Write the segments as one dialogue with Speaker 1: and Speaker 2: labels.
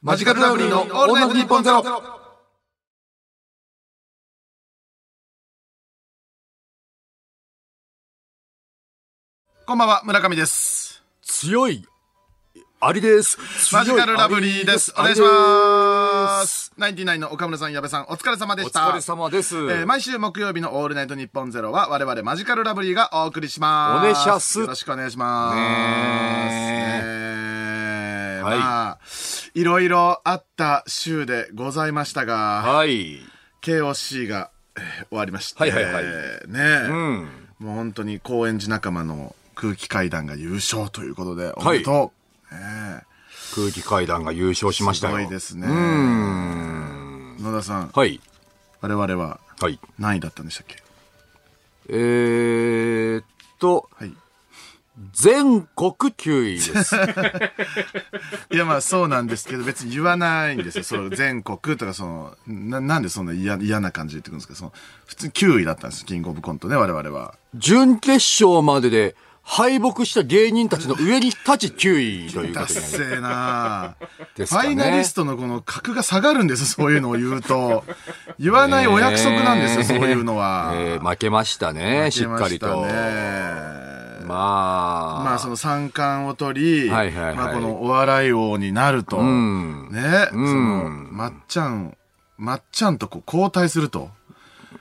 Speaker 1: マジカルラブリーのオールナイトニッポンゼロ。こんばんは、村上です。
Speaker 2: 強いアリです。
Speaker 1: マジカルラブリーです。お願いし
Speaker 2: ま
Speaker 1: ます。。ナインティナインの岡村さん、矢部さん、お疲れ様で
Speaker 2: お
Speaker 1: した。
Speaker 2: 疲れ様です。
Speaker 1: えー毎週木曜日のオールナイトニッポンゼロは我々マジカルラブリーがお送りします。
Speaker 2: お願いします
Speaker 1: よろしくお願いします。
Speaker 2: ね
Speaker 1: ねえ
Speaker 2: はい
Speaker 1: まあ、いろいろあった週でございましたが、
Speaker 2: はい。
Speaker 1: KOC が、えー終わりまして、
Speaker 2: はいはいはい
Speaker 1: ねえ、
Speaker 2: うん。
Speaker 1: もう本当に高円寺仲間の空気階段が優勝ということで、おめでとう。ねえ
Speaker 2: 空気階段が優勝しまし
Speaker 1: す
Speaker 2: たよ。
Speaker 1: ごいですね。
Speaker 2: うん。
Speaker 1: 野田さん、
Speaker 2: はい。
Speaker 1: 我々は
Speaker 2: はい。
Speaker 1: 何位だったんでしたっけ
Speaker 2: えーっと、
Speaker 1: はい。
Speaker 2: 全国9位です。
Speaker 1: いやまあそうなんですけど、別に言わないんですよ。その全国とかその、ななんでそんな嫌嫌な感じで言ってくるんですかその、普通に9位だったんですキングオブコントね、我々は。
Speaker 2: 準決勝までで敗北した芸人たちの上に立ち9位ということ
Speaker 1: 達
Speaker 2: になり
Speaker 1: 成なあ
Speaker 2: です
Speaker 1: ファ
Speaker 2: かね
Speaker 1: イナリストのこの格が下がるんですよ、そういうのを言うと。言わないお約束なんですよ、そういうのは。
Speaker 2: えー負けましたね、しっかりと。
Speaker 1: 負けましたね
Speaker 2: まあ、
Speaker 1: まあその三冠を取り、
Speaker 2: はいはいはい
Speaker 1: まあこのお笑い王になると、
Speaker 2: ん
Speaker 1: ね、
Speaker 2: ん
Speaker 1: その、まっちゃん、まっちゃんとこう交代すると、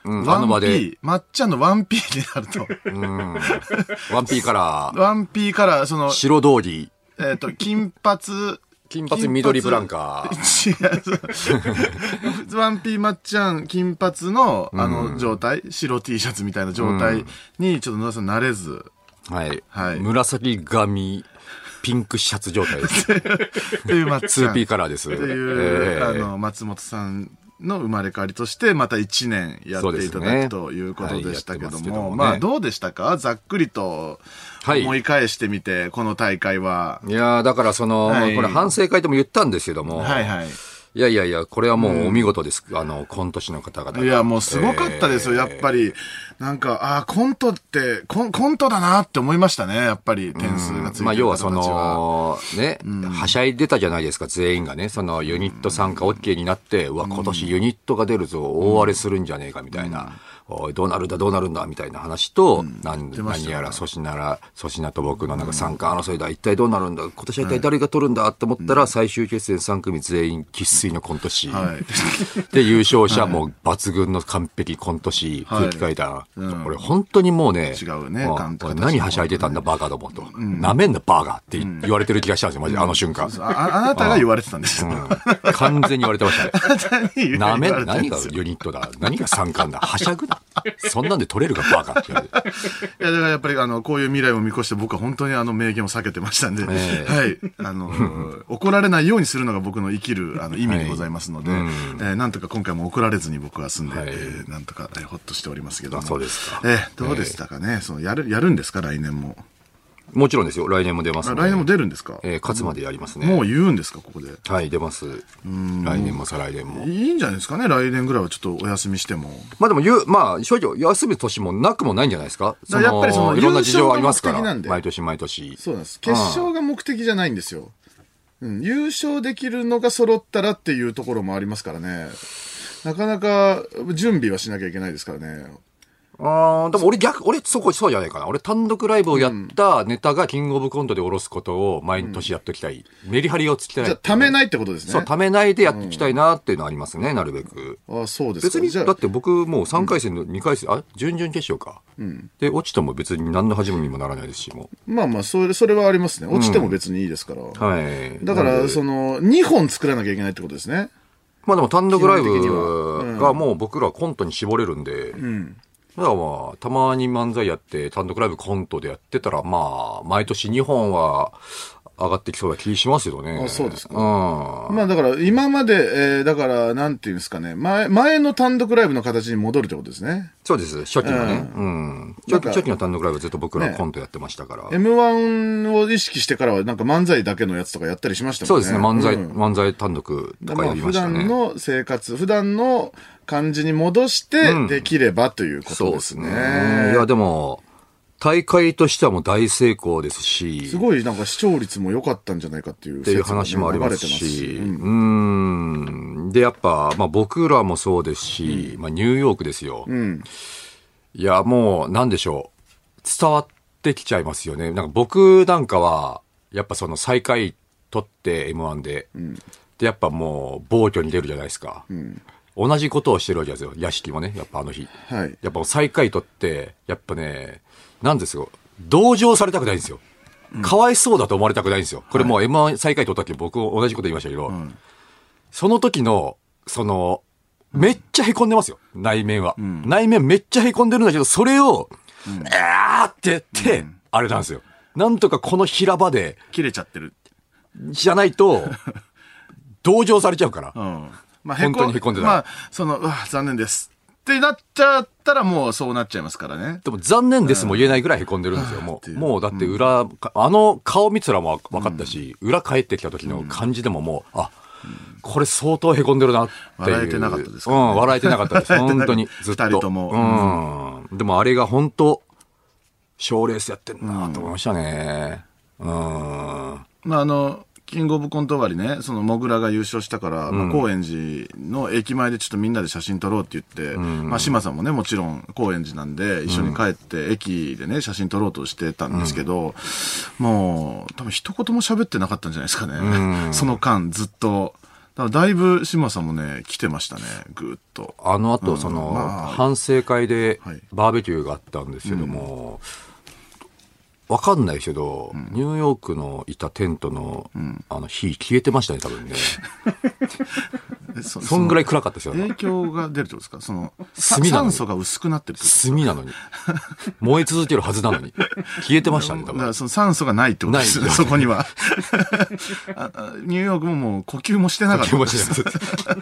Speaker 2: うん、あ
Speaker 1: ワ
Speaker 2: の場
Speaker 1: ンピ
Speaker 2: で、
Speaker 1: ー、まっちゃんのワンピーになると、
Speaker 2: ワンピーから、
Speaker 1: ワンピーから、その、
Speaker 2: 白通り、
Speaker 1: えっ、と、金髪、
Speaker 2: 金髪緑ブランカー。
Speaker 1: 違う。ワンピーまっちゃん、金髪の、あの、状態、白 T シャツみたいな状態に、ちょっと野田さん慣れず、
Speaker 2: はい。
Speaker 1: はい
Speaker 2: 紫髪、ピンクシャツ 状態です。
Speaker 1: というまっちゃん。
Speaker 2: 2P カラーです。
Speaker 1: っていう、あの、松本さんの生まれ変わりとして、また1年やっていた
Speaker 2: そう
Speaker 1: だ
Speaker 2: です
Speaker 1: く
Speaker 2: ね
Speaker 1: ということでしたけど
Speaker 2: はいやってますけど
Speaker 1: も、
Speaker 2: もね
Speaker 1: まあ、どうでしたかざっくりと
Speaker 2: はい
Speaker 1: 思い返してみて、この大会は。
Speaker 2: いやーだからその、
Speaker 1: はい
Speaker 2: これ反省会でも言ったんですけども、
Speaker 1: はいはい。
Speaker 2: いやいやいや、これはもうお見事です。あの、今年の方々。
Speaker 1: いや、もうすごかったですよ、やっぱり。なんか、ああ、コントってコン、コントだなって思いましたね、やっぱり、点数がついてる方たちは。
Speaker 2: まあ、要はその、ね、はしゃいでたじゃないですか、全員がね、そのユニット参加 OK になって、うわ、今年ユニットが出るぞ、大荒れするんじゃねえか、みたいな、おい、どうなるんだ、どうなるんだ、みたいな話と、なん
Speaker 1: ました
Speaker 2: 何やら粗品ら、粗品と僕のなんか参加争いだ、一体どうなるんだ、今年は一体誰が取るんだって思ったら、最終決戦3組全員、生粋のコント師。
Speaker 1: はい。
Speaker 2: で、優勝者も抜群の完璧コント師、空気階段。俺、本当にもうね、
Speaker 1: 違うね
Speaker 2: も
Speaker 1: 監督た
Speaker 2: 俺
Speaker 1: ちも
Speaker 2: 何はしゃいでたんだ、バカどもと。なめんな、バーガーって言われてる気がしたんですよ、マジで、あの瞬間。
Speaker 1: あああなたが言われてたんですよ。
Speaker 2: うん完全に言われてまし たね。
Speaker 1: 何
Speaker 2: な め
Speaker 1: 言わ
Speaker 2: んな、
Speaker 1: れてたんで
Speaker 2: 何が
Speaker 1: すよ
Speaker 2: ユニットだ、何が三冠だ、はしゃぐな。そんなんで取れるか、バカって言われて。
Speaker 1: いや、だからやっぱり、あの、こういう未来を見越して僕は本当にあの名言を避けてましたんで、
Speaker 2: ええ
Speaker 1: はい。あ の、怒られないようにするのが僕の生きるあの意味でございますので、えーなんとか今回も怒られずに僕は済んで、
Speaker 2: はい
Speaker 1: えーなんとか、えーほっとしておりますけども
Speaker 2: あそうですか
Speaker 1: えーどうでしたかね、その、やる、やるんですか来年も。
Speaker 2: もちろんですよ、来年も出ます
Speaker 1: あ
Speaker 2: ので。
Speaker 1: 来年も出るんですか、
Speaker 2: えー勝つまでやりますね。
Speaker 1: もう言うんですかここで。
Speaker 2: はい、出ます。来年も再来年も。
Speaker 1: いいんじゃないですかね来年ぐらいはちょっとお休みしても。
Speaker 2: まあでも言う、まあ、正直、休む年もなくもないんじゃないですか。
Speaker 1: だからやっぱりその
Speaker 2: いろんな事情ありますか
Speaker 1: 優勝が目的な
Speaker 2: ら
Speaker 1: ん、で
Speaker 2: 毎年毎年。
Speaker 1: そうなんです。決勝が目的じゃないんですよ。うん、優勝できるのが揃ったらっていうところもありますからね。なかなか準備はしなきゃいけないですからね。
Speaker 2: ああ、でも俺逆、俺そこそうじゃないかな。俺単独ライブをやったネタがキングオブコントで下ろすことを毎年やっときたい。メリハリをつきたい。
Speaker 1: じゃあ、ためないってことですね。
Speaker 2: そう、ためないでやっていきたいなっていうのはありますね、なるべく。
Speaker 1: あそうですか。
Speaker 2: 別に、
Speaker 1: じゃ
Speaker 2: だって僕もう3回戦の2回戦、あ、準々決勝か。で、落ちても別に何の始めにもならないですし、も
Speaker 1: まあまあ、それ、それはありますね。落ちても別にいいですから。
Speaker 2: う。はい。
Speaker 1: だか
Speaker 2: なん
Speaker 1: ら、
Speaker 2: で
Speaker 1: その、2本作らなきゃいけないってことですね。
Speaker 2: まあでも単独ライ
Speaker 1: 基本的に
Speaker 2: ブがもう僕らコントに絞れるんで、だからまあ、たまに漫才やって、単独ライブコントでやってたら、まあ、毎年2本は上がってきそうな気しますけどね。
Speaker 1: あそうですか
Speaker 2: うん。
Speaker 1: まあだから、今まで、えーだから、なんていうんですかね。前、前の単独ライブの形に戻るってことですね。
Speaker 2: そうです。初期のね。うん。
Speaker 1: なん
Speaker 2: 初期
Speaker 1: か
Speaker 2: 初期の単独ライブずっと僕ら
Speaker 1: ね
Speaker 2: コントやってましたから。
Speaker 1: M1 を意識してからは、なんか漫才だけのやつとかやったりしましたも
Speaker 2: そ
Speaker 1: ん
Speaker 2: う
Speaker 1: ね。
Speaker 2: ですね。漫才、
Speaker 1: うん
Speaker 2: 漫才単独とか
Speaker 1: ま
Speaker 2: や
Speaker 1: あ
Speaker 2: り
Speaker 1: 普
Speaker 2: ました
Speaker 1: 段
Speaker 2: ね。
Speaker 1: の生活、普段の感じに戻して、できればというこ
Speaker 2: そ
Speaker 1: と
Speaker 2: う
Speaker 1: で
Speaker 2: ですす
Speaker 1: ね。
Speaker 2: ね。いや、でも、大会としてはもう大成功ですし、
Speaker 1: すごいなんか視聴率も良かったんじゃないかっていう
Speaker 2: っていう話もありますし、うん。で、やっぱ、まあ僕らもそうですし、まあニューヨークですよ。いや、もう、なんでしょう。伝わってきちゃいますよね。なんか僕なんかは、やっぱその最下位取って M1 で、で、やっぱもう、暴挙に出るじゃないですか。同じことをしてるわけですよ。屋敷もね、やっぱあの日。
Speaker 1: はい
Speaker 2: やっぱ最下位取って、やっぱね、なんですよ。同情されたくないんですよ。かわいそうだと思われたくないんですよ。これもう M1 最下位取った時僕同じこと言いましたけど、その時の、その、めっちゃ凹んでますよ。内面は。内面めっちゃ凹んでるんだけど、それを、えーってやって、あれなんですよ。なんとかこの平場で、
Speaker 1: 切れちゃってる。
Speaker 2: じゃないと、 同情されち ゃうから
Speaker 1: う。ん。まあ
Speaker 2: 本当にへこんでた
Speaker 1: まあ、その、うわ、残念です。ってなっちゃったらもうそうなっちゃいますからね。
Speaker 2: でも残念ですも言えないぐらい凹んでるんですよ。も
Speaker 1: って
Speaker 2: う、
Speaker 1: いう
Speaker 2: もうだって裏、あの顔見てたらもう分かったし、裏帰ってきた時の感じでももう、あ、これ相当凹んでるなっていう。
Speaker 1: 笑えてなかったですか
Speaker 2: う
Speaker 1: らね
Speaker 2: ん、笑えてなかったです。
Speaker 1: 笑えて
Speaker 2: 本
Speaker 1: なか
Speaker 2: 当
Speaker 1: った
Speaker 2: に。ずっと。
Speaker 1: 二人とも
Speaker 2: うん。でもあれが本当、賞レースやってんなと思いましたね。うん。
Speaker 1: まあ、あの、キングオブコント終わりね、その、モグラが優勝したから、まあ、高円寺の駅前でちょっとみんなで写真撮ろうって言って、まあ、島さんもね、もちろん高円寺なんで、一緒に帰って、駅でね、写真撮ろうとしてたんですけど、もう、多分一言も喋ってなかったんじゃないですかね。 その間、ずっと。だからだいぶ島さんもね、来てましたね、ぐーっと。
Speaker 2: あの後、その、
Speaker 1: まあ
Speaker 2: 反省会で
Speaker 1: はい
Speaker 2: バーベキューがあったんですけども、わかんないけど、ニューヨークのいたテントの、あの、火消えてましたね、多 分ね。
Speaker 1: えそ
Speaker 2: そんぐらい暗かったですよ、
Speaker 1: 影響が出るってことですかその、さ
Speaker 2: 炭なの
Speaker 1: 酸
Speaker 2: に
Speaker 1: 素が薄くなってるってこと
Speaker 2: 炭なのに。燃え続けるはずなのに。消えてましたね、多
Speaker 1: だか
Speaker 2: 分。
Speaker 1: らその酸素がないってことですよね、
Speaker 2: ない
Speaker 1: そこには ああニューヨークももう呼吸もしてなかった
Speaker 2: 消え。ましたね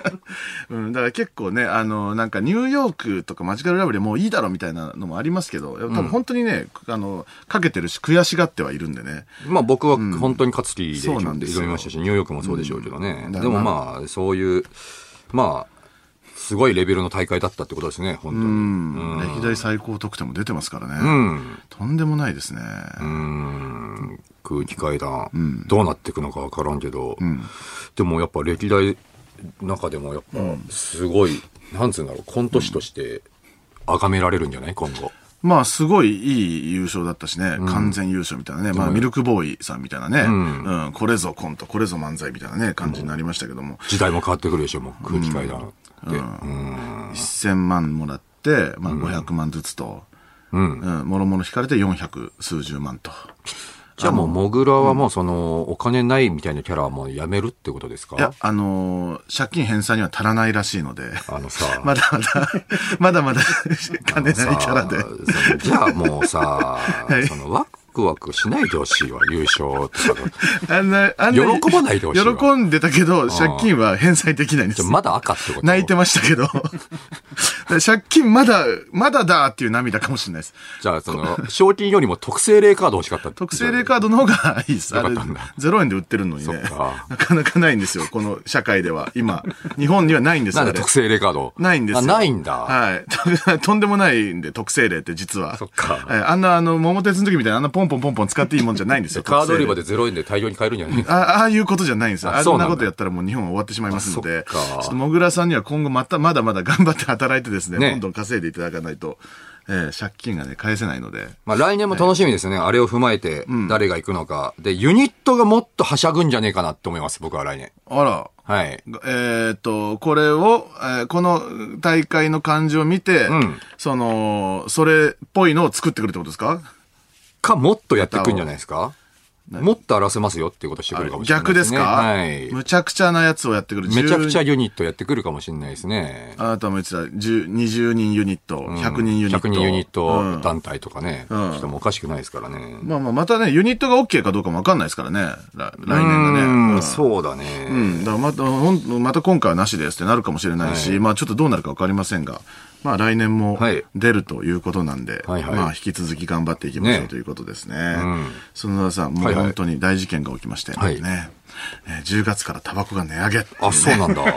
Speaker 1: うん、だから結構ね、あの、なんかニューヨークとかマジカルラブリーもういいだろみたいなのもありますけど、多分本当にね、あの、かけてるし悔しがってはいるんでね。
Speaker 2: まあ僕は本当に勝つ気で
Speaker 1: そうなんですよ
Speaker 2: 挑みましたし、ニューヨークもそうでしょうけどね。
Speaker 1: うん
Speaker 2: でもまあ、そういう、まあ、すごいレベルの大会だったってことですね、本当に。
Speaker 1: うん。歴代最高得点も出てますからね。
Speaker 2: うん
Speaker 1: とんでもないですね。
Speaker 2: 空気階段、どうなっていくのか分からんけど、でもやっぱ歴代中でもやっぱすごい、なんつうんだろうコント師として崇められるんじゃない今後
Speaker 1: まあ、すごいいい優勝だったしね、完全優勝みたいなね、まあ、ミルクボーイさんみたいなね、うん、これぞコント、これぞ漫才みたいなね、感じになりましたけども、
Speaker 2: 時代も変わってくるでしょもう空気階段って、うん
Speaker 1: 1000万もらって、まあ、500万ずつと、うん、もろもろ引かれて400数十万と。
Speaker 2: じゃあもうモグラはもうそのお金ないみたいなキャラはもうやめるってことです
Speaker 1: いや
Speaker 2: か、
Speaker 1: あのー借金返済には足らないらしいので、
Speaker 2: あの さ
Speaker 1: まだまだ、まだまだ、金ないキャラで。
Speaker 2: さそのじゃあ もうさ、そのワクワクしないでほしいわ優勝とか
Speaker 1: あんな、あんなに
Speaker 2: 喜ばないでほしいわ
Speaker 1: 喜んでたけど、借金は返済できないんで
Speaker 2: じ
Speaker 1: す
Speaker 2: ゃあ。まだ赤ってこと
Speaker 1: 泣いてましたけど。 借金まだ、まだだっていう涙かもしれないです。
Speaker 2: じゃあ、その、 賞金よりも特製霊カード欲しかったって
Speaker 1: 特製霊カードの方がいいです。あれ、
Speaker 2: よかったんだ
Speaker 1: 0円で売ってるのにね。
Speaker 2: そっか
Speaker 1: なかなかないんですよ、この社会では。今、日本にはないんです
Speaker 2: な
Speaker 1: よ
Speaker 2: ん
Speaker 1: あ
Speaker 2: で
Speaker 1: れ
Speaker 2: 特製霊カード
Speaker 1: ないんですよ。
Speaker 2: あないんだ。
Speaker 1: はい。 とんでもないんで、特製霊って実は。
Speaker 2: そっか
Speaker 1: はいあんな、あの、桃鉄の時みたいな、あんなポンポンポンポン使っていいもんじゃないんですよ。
Speaker 2: カード売り場
Speaker 1: で。
Speaker 2: で0円で大量に買えるんじゃない
Speaker 1: あああいうことじゃないんですよ。
Speaker 2: あ
Speaker 1: あ
Speaker 2: そうんなんだ
Speaker 1: なことやったらもう日本は終わってしまいますので、
Speaker 2: あそっか
Speaker 1: ちょっともぐらさんには今後また、まだまだ頑張って働いてですね、
Speaker 2: ね
Speaker 1: どんどん稼いでいただかないと、えー借金がね、返せないので。
Speaker 2: まあ来年も楽しみですね。あれを踏まえて、誰が行くのか。で、ユニットがもっとはしゃぐんじゃねえかなって思います、僕は来年。
Speaker 1: あら。
Speaker 2: はい。
Speaker 1: えっと、これを、えーこの大会の感じを見て、
Speaker 2: ん
Speaker 1: その、それっぽいのを作ってくるってことですか
Speaker 2: か、もっとやっていくんじゃないですかもっと荒らせますよっていうことしてくるかもしれない
Speaker 1: 逆
Speaker 2: で
Speaker 1: ですす
Speaker 2: ね。
Speaker 1: か
Speaker 2: はい。
Speaker 1: むちゃくちゃなやつをやってくる。
Speaker 2: めちゃくちゃ
Speaker 1: 10
Speaker 2: ユニットやってくるかもしれないですね。
Speaker 1: あなたも言ってた、10 20人ユニット、100人ユニット。
Speaker 2: 100人ユニッ
Speaker 1: うん
Speaker 2: ト団体とかね。
Speaker 1: うん
Speaker 2: 人もおかしくないですからね。
Speaker 1: まあまあ、またね、ユニットが OK かどうかもわかんないですからね。ら来年がね。
Speaker 2: うん
Speaker 1: うん
Speaker 2: そうだね。
Speaker 1: うん、だからまた、ほんまた今回はなしですってなるかもしれないし、
Speaker 2: はい
Speaker 1: まあちょっとどうなるかわかりませんが、まあ来年も
Speaker 2: はい
Speaker 1: 出るということなんで、
Speaker 2: はいはい
Speaker 1: まあ引き続き頑張っていきましょ
Speaker 2: ね
Speaker 1: うということですね。その田さん、も
Speaker 2: は
Speaker 1: う
Speaker 2: いはい
Speaker 1: 本当に大事件が起きまして、
Speaker 2: はい
Speaker 1: ね、えー10月からタバコが値上げっていうね、
Speaker 2: あ、そうなんだ。
Speaker 1: ね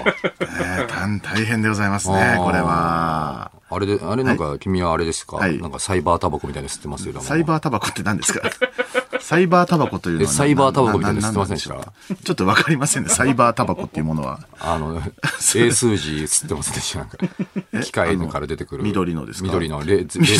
Speaker 1: 大大変でございますね
Speaker 2: あ、ー
Speaker 1: これは。
Speaker 2: ああれで、あれなんか、君はあれですか、
Speaker 1: はい
Speaker 2: なんかサイバータバコみたいなの吸ってますよ。
Speaker 1: サイバータバコって何です かサイバータバコというのはな。
Speaker 2: えサイバータバコみたいなの
Speaker 1: な
Speaker 2: 知ってませんでした
Speaker 1: ななんでしょうちょっとわかりませんね。サイバータバコっていうもの は。
Speaker 2: あ の、英数字吸ってますでしょなんか、機械のから出てく
Speaker 1: あ
Speaker 2: る。
Speaker 1: の緑のですか
Speaker 2: 緑の、れゼ
Speaker 1: 緑の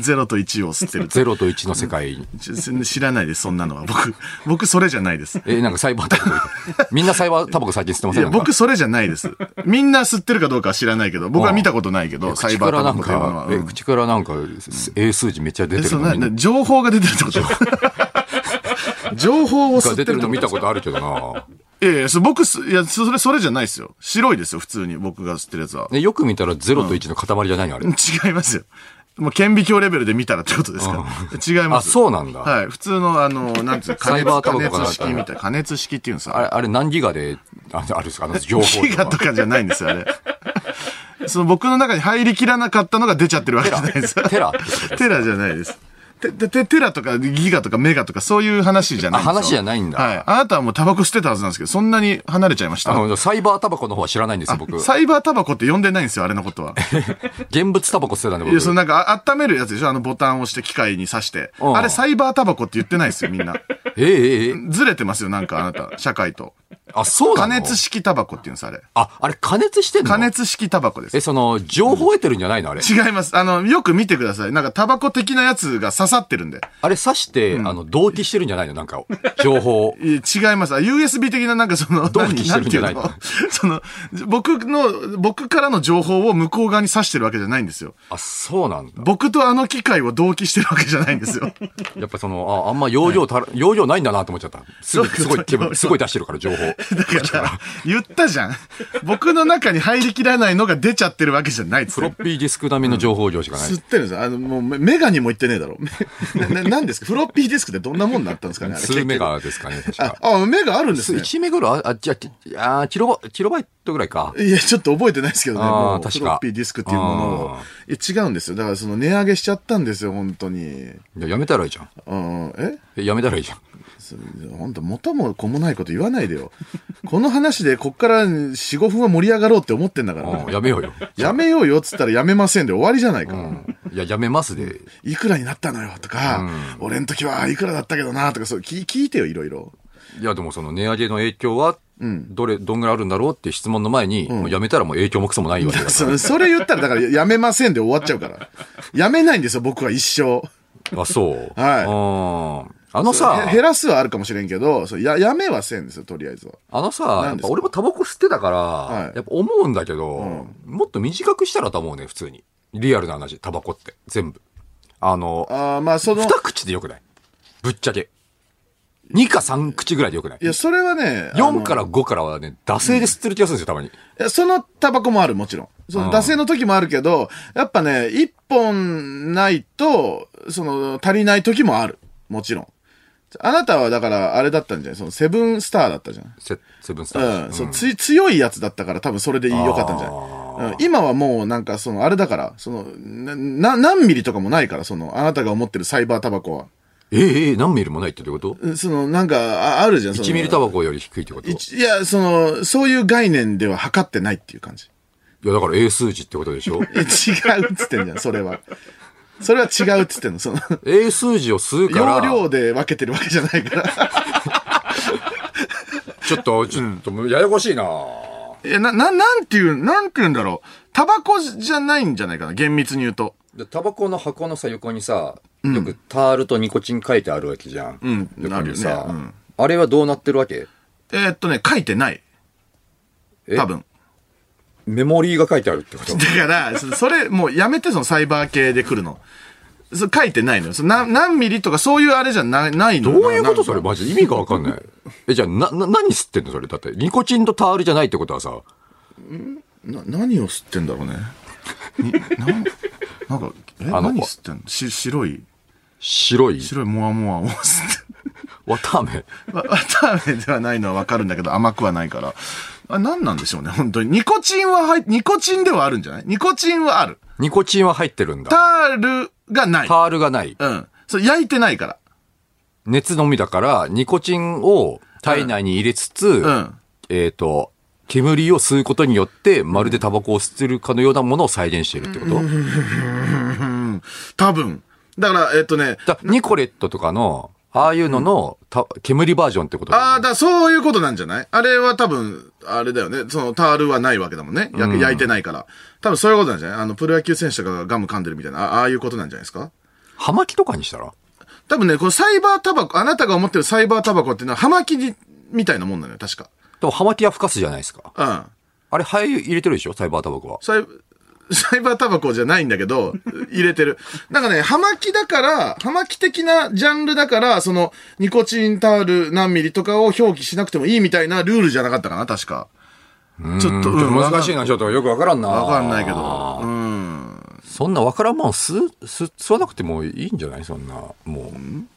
Speaker 1: 0と1を吸ってる。
Speaker 2: ゼロと1の世界 に。
Speaker 1: ちょ知らないです、そんなのは。僕、僕それじゃないです。
Speaker 2: え、なんかサイバータバコみたい。みんなサイバータバコ最近吸ってま
Speaker 1: い
Speaker 2: せん
Speaker 1: や、僕それじゃないです。みんな吸ってるかどうかは知らないけど、僕は見たことないけど、サイ
Speaker 2: 口
Speaker 1: バー
Speaker 2: から
Speaker 1: タバ
Speaker 2: なん
Speaker 1: コというもの
Speaker 2: か
Speaker 1: は、。
Speaker 2: え
Speaker 1: うん
Speaker 2: 口からなんか、英数字めっちゃ出て
Speaker 1: え
Speaker 2: る
Speaker 1: そ
Speaker 2: の
Speaker 1: の
Speaker 2: みんな
Speaker 1: な情報が出てるって こと情報を吸っ
Speaker 2: が
Speaker 1: て
Speaker 2: 出
Speaker 1: る
Speaker 2: て
Speaker 1: っ
Speaker 2: る
Speaker 1: て
Speaker 2: の
Speaker 1: こ
Speaker 2: 見
Speaker 1: と
Speaker 2: たことあるけどな。
Speaker 1: いやいや、そ僕す、いや、それ、それじゃないですよ。白いですよ、普通に。僕が吸ってるやつは。
Speaker 2: ねよく見たらゼロと1の塊じゃないのあれ。
Speaker 1: 違いますよ。もう顕微鏡レベルで見たらってことですから。違い
Speaker 2: あ、
Speaker 1: ます。
Speaker 2: そうなんだ。
Speaker 1: はい。普通の、あの、なんつうの
Speaker 2: サイバータ
Speaker 1: 加
Speaker 2: バコかな
Speaker 1: 熱式みたいな。加熱式っていうんです
Speaker 2: あ
Speaker 1: か
Speaker 2: れ、あれ何ギガで、ああるんですかあの情報とか
Speaker 1: ギガとかじゃないんですよ、あれ。 その僕の中に入りきらなかったのが出ちゃってるわけじゃないです。
Speaker 2: テラってこと
Speaker 1: テラじゃないです。て、て、てテラとかギガとかメガとかそういう話じゃないんですよ
Speaker 2: あ話じゃないんだ
Speaker 1: はい。あなたはもうタバコ吸ってたはずなんですけど、そんなに離れちゃいまし
Speaker 2: あ
Speaker 1: た。
Speaker 2: の、サイバータバコの方は知らないんですよ、僕。
Speaker 1: サイバータバコって呼んでないんですよ、あれのことは。
Speaker 2: 現物タバコ吸ってたんで、
Speaker 1: いや、その
Speaker 2: 僕。
Speaker 1: なんか、あ温めるやつでしょあのボタンを押して機械に刺して。
Speaker 2: うん
Speaker 1: あれ、サイバータバコって言ってないですよ、みんな。
Speaker 2: ええええええ
Speaker 1: ずれてますよ、なんか、あなた、社会と。
Speaker 2: あ、そうな
Speaker 1: 加
Speaker 2: の
Speaker 1: 熱式タバコって言うんです、あれ。
Speaker 2: あ、あれ加熱してんの
Speaker 1: 加熱式タバコです
Speaker 2: え、。その、情報得てるんじゃないのあれ。
Speaker 1: 違います。あの、よく見てください。なんか、タバコ的なやつが刺さってるんで。。
Speaker 2: あれ刺して、あの、同期してるんじゃないのなんか、情報を
Speaker 1: いや違います。あ USB 的な、なんかその、
Speaker 2: 同期してるんじゃないの
Speaker 1: 何ていうの その、僕の、僕からの情報を向こう側に刺してるわけじゃないんですよ。
Speaker 2: あ、そうなんだ。
Speaker 1: 僕とあの機械を同期してるわけじゃないんですよ。
Speaker 2: やっぱその、あ、あんま容量たら、容量ないんだなと思っちゃった。すごい、
Speaker 1: そう
Speaker 2: すごい、手
Speaker 1: そう
Speaker 2: 分すごい出してるから、情報。
Speaker 1: だから、言ったじゃん。僕の中に入りきらないのが出ちゃってるわけじゃないっつ
Speaker 2: フ
Speaker 1: って
Speaker 2: ロッピーディスク並みの情報量しかない。
Speaker 1: 吸ってるんですよ。あの、もうメ、メガにも言ってねえだろ。 めな、ななんですかフロッピーディスクってどんなもんなったんですかねあれ
Speaker 2: 数メガですかね、確
Speaker 1: あ
Speaker 2: か。、
Speaker 1: あ、メガあるんですね。
Speaker 2: 1メガあ、あ、じゃあき、あー、キロバ、キロバイトぐらいか。
Speaker 1: いや、ちょっと覚えてないですけどね。
Speaker 2: あー
Speaker 1: もう
Speaker 2: 確か
Speaker 1: フロッピーディスクっていうものを
Speaker 2: あ。
Speaker 1: いや違うんですよ。だからその値上げしちゃったんですよ、本当に。
Speaker 2: いややめたらいいじゃん。
Speaker 1: うん、え
Speaker 2: えやめたらいいじゃん。
Speaker 1: そ本当元も子もないこと言わないで よ。この話でこっから4、5分は盛り上がろうって思ってんだから。
Speaker 2: うんやめようよ。
Speaker 1: やめようよっつったらやめませんで終わりじゃないか。
Speaker 2: うんいや、やめますで。
Speaker 1: いくらになったのよとか、俺の時はいくらだったけどなとか、そう聞聞いてよ、いろいろ。
Speaker 2: いや、でもその値上げの影響は、どれ、どんぐらいあるんだろうって質問の前に、もうやめたらもう影響もクソもないわけだか
Speaker 1: そそれ言ったら、だからやめませんで終わっちゃうから。やめないんですよ、僕は一生。
Speaker 2: ら。あ、そう。
Speaker 1: はい
Speaker 2: うんあのさ
Speaker 1: へ、減らすはあるかもしれんけど、そうややめはせんですよ、とりあえずは。
Speaker 2: あのさ、や
Speaker 1: 何
Speaker 2: っ
Speaker 1: です
Speaker 2: ぱ
Speaker 1: か
Speaker 2: 俺もタバコ吸ってたから、
Speaker 1: はい
Speaker 2: やっぱ思うんだけど、もっと短くしたらと思うね、普通に。リアルな話、タバコって。全部。あの、
Speaker 1: ああ、まあ、その
Speaker 2: 二、口でよくないぶっちゃけ。二か三口ぐらいでよくない
Speaker 1: いや、それはね、あの
Speaker 2: 四から五からはね、惰性で吸ってる気がするんですよ、たまに。
Speaker 1: いやそのタバコもある、もちろん。その、惰性の時もあるけど、やっぱね、一本ないと、その、足りない時もある。もちろん。あなたはだから、あれだったんじゃないその、セブンスターだったじゃん。
Speaker 2: セセブンスター。
Speaker 1: うん、そうつ強いやつだったから多分それで良かったんじゃないうん今はもうなんかそのあれだから、その、な、な何ミリとかもないから、その、あなたが思ってるサイバータバコは。
Speaker 2: ええええ何ミリもないってどういうこと
Speaker 1: うんその、なんか、ああるじゃん、その。
Speaker 2: 1ミリタバコより低いってことい
Speaker 1: 一いや、その、そういう概念では測ってないっていう感じ。
Speaker 2: や、だから英数字ってことでしょ
Speaker 1: え違うっつってんじゃん、それは。それは違うっつってんの、その、
Speaker 2: 英数字を吸うから、
Speaker 1: 容
Speaker 2: ちょ
Speaker 1: 量で分けてるわけじゃないから。
Speaker 2: っと、ちょっと、ややこしいな
Speaker 1: えな、な、なんていう、なんていうんだろう。タバコじゃないんじゃないかな、厳密に言うと。
Speaker 2: でタバコの箱のさ、横にさ、よくタールとニコチン書いてあるわけじゃん。
Speaker 1: ん
Speaker 2: 横に
Speaker 1: ある
Speaker 2: さ、
Speaker 1: よねうん
Speaker 2: あれはどうなってるわけ
Speaker 1: えーっとね、書いてない。
Speaker 2: え
Speaker 1: 多分。
Speaker 2: メモリーが書いてあるっ てこと
Speaker 1: だから、そそれ、もうやめて、そのサイバー系で来るの。それ書いてないのよ。そな何ミリとかそういうあれじゃなないの
Speaker 2: ど
Speaker 1: よ
Speaker 2: ういうこと
Speaker 1: な
Speaker 2: それマジで意味がわかんない。え、じゃあ、な、な、何吸ってんのそれだって。ニコチンとタールじゃないってことはさ、
Speaker 1: な何を吸ってんだろうね。になんなんか、え
Speaker 2: の
Speaker 1: 何吸ってんのし白い、
Speaker 2: 白い、
Speaker 1: 白いモワモワを吸って
Speaker 2: 綿あめ。
Speaker 1: わわたあめではないのはわかるんだけど、甘くはないから。あ、何なんでしょうね、本当に。ニコチンは入っニコチンではあるんじゃないニコチンはある。
Speaker 2: ニコチンは入ってるん
Speaker 1: タ
Speaker 2: だ。
Speaker 1: ールがない。
Speaker 2: タールがない。
Speaker 1: うん。それ焼いてないから。
Speaker 2: 熱のみだから、ニコチンを体内に入れつつ、
Speaker 1: ん
Speaker 2: えっ、と、煙を吸うことによって、まるでタバコを吸ってるかのようなものを再現しているってこと、
Speaker 1: 多分。だから、えっとね、
Speaker 2: だニコレットとかの、ああいうのの、た煙バージョンってこと
Speaker 1: ああ、だ、そういうことなんじゃないあれは多分、あれだよね。その、タールはないわけだもんね。焼け焼いてないから。多分そういうことなんじゃないあの、プロ野球選手とかがガム噛んでるみたいな、あああいうことなんじゃないですか
Speaker 2: 葉巻とかにしたら
Speaker 1: 多分ね、このサイバータバコ、あなたが思ってるサイバータバコっていうのは、葉巻にみたいなもんなのよ、確か。
Speaker 2: でも葉巻は吹かすじゃないですか。
Speaker 1: うん。
Speaker 2: あれ、灰入れてるでしょサイバータバコは。
Speaker 1: サイ、サイバータバコじゃないんだけど、 入れてる。なんかね、葉巻だから、葉巻的なジャンルだから、その、ニコチンタール何ミリとかを表記しなくてもいいみたいなルールじゃなかったかな、確か。ちょっと、
Speaker 2: ちょっと難しい
Speaker 1: な。
Speaker 2: な、ちょっと。よくわからんな。
Speaker 1: わかんないけど。うん。
Speaker 2: そんなわからんもん吸う、吸吸わなくてもいいんじゃないそんな、もう。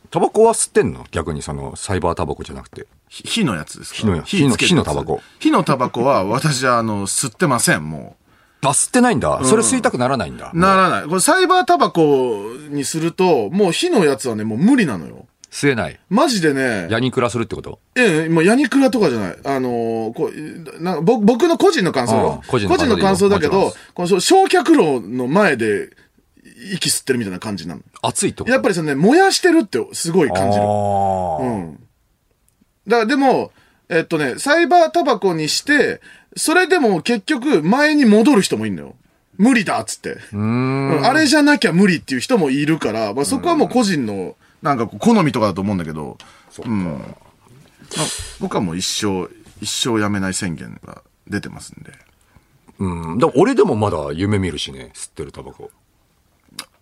Speaker 2: タバコは吸ってんの逆にその、サイバータバコじゃなくて。
Speaker 1: ひ火のやつですか
Speaker 2: 火のや火の
Speaker 1: つけたやつ
Speaker 2: 火のタバコ
Speaker 1: 火のタバコは、私は、あの、吸ってません、もう。
Speaker 2: あ、吸ってないんだ。それ吸いたくならないんだ。
Speaker 1: ならない。これサイバータバコにすると、もう火のやつはね、もう無理なのよ。
Speaker 2: 吸えない。
Speaker 1: マジでね、
Speaker 2: ヤニクラするってこと
Speaker 1: ええ、もうヤニクラとかじゃない。あのーこうなぼ僕の個人の感想
Speaker 2: うん
Speaker 1: よ。
Speaker 2: 個
Speaker 1: 個
Speaker 2: 人
Speaker 1: 人
Speaker 2: の感想でいい
Speaker 1: の感想だけ
Speaker 2: よも
Speaker 1: ど
Speaker 2: ち、
Speaker 1: このそう焼却炉の前で息吸ってるみたいな感じなの。
Speaker 2: 熱いってこと
Speaker 1: やっぱりそのね、燃やしてるってすごい感じる。
Speaker 2: あー
Speaker 1: うん。だからでも、えっとね、サイバータバコにして、それでも結局前に戻る人もいるのよ。無理だっつって。うんあれじゃなきゃ無理っていう人もいるから、まあ、そこはもう個人の、なんかこう好みとかだと思うんだけど、うんまあ僕はもう一生、一生やめない宣言が出てますんで。
Speaker 2: うん。だから俺でもまだ夢見るしね、吸ってるタバコ。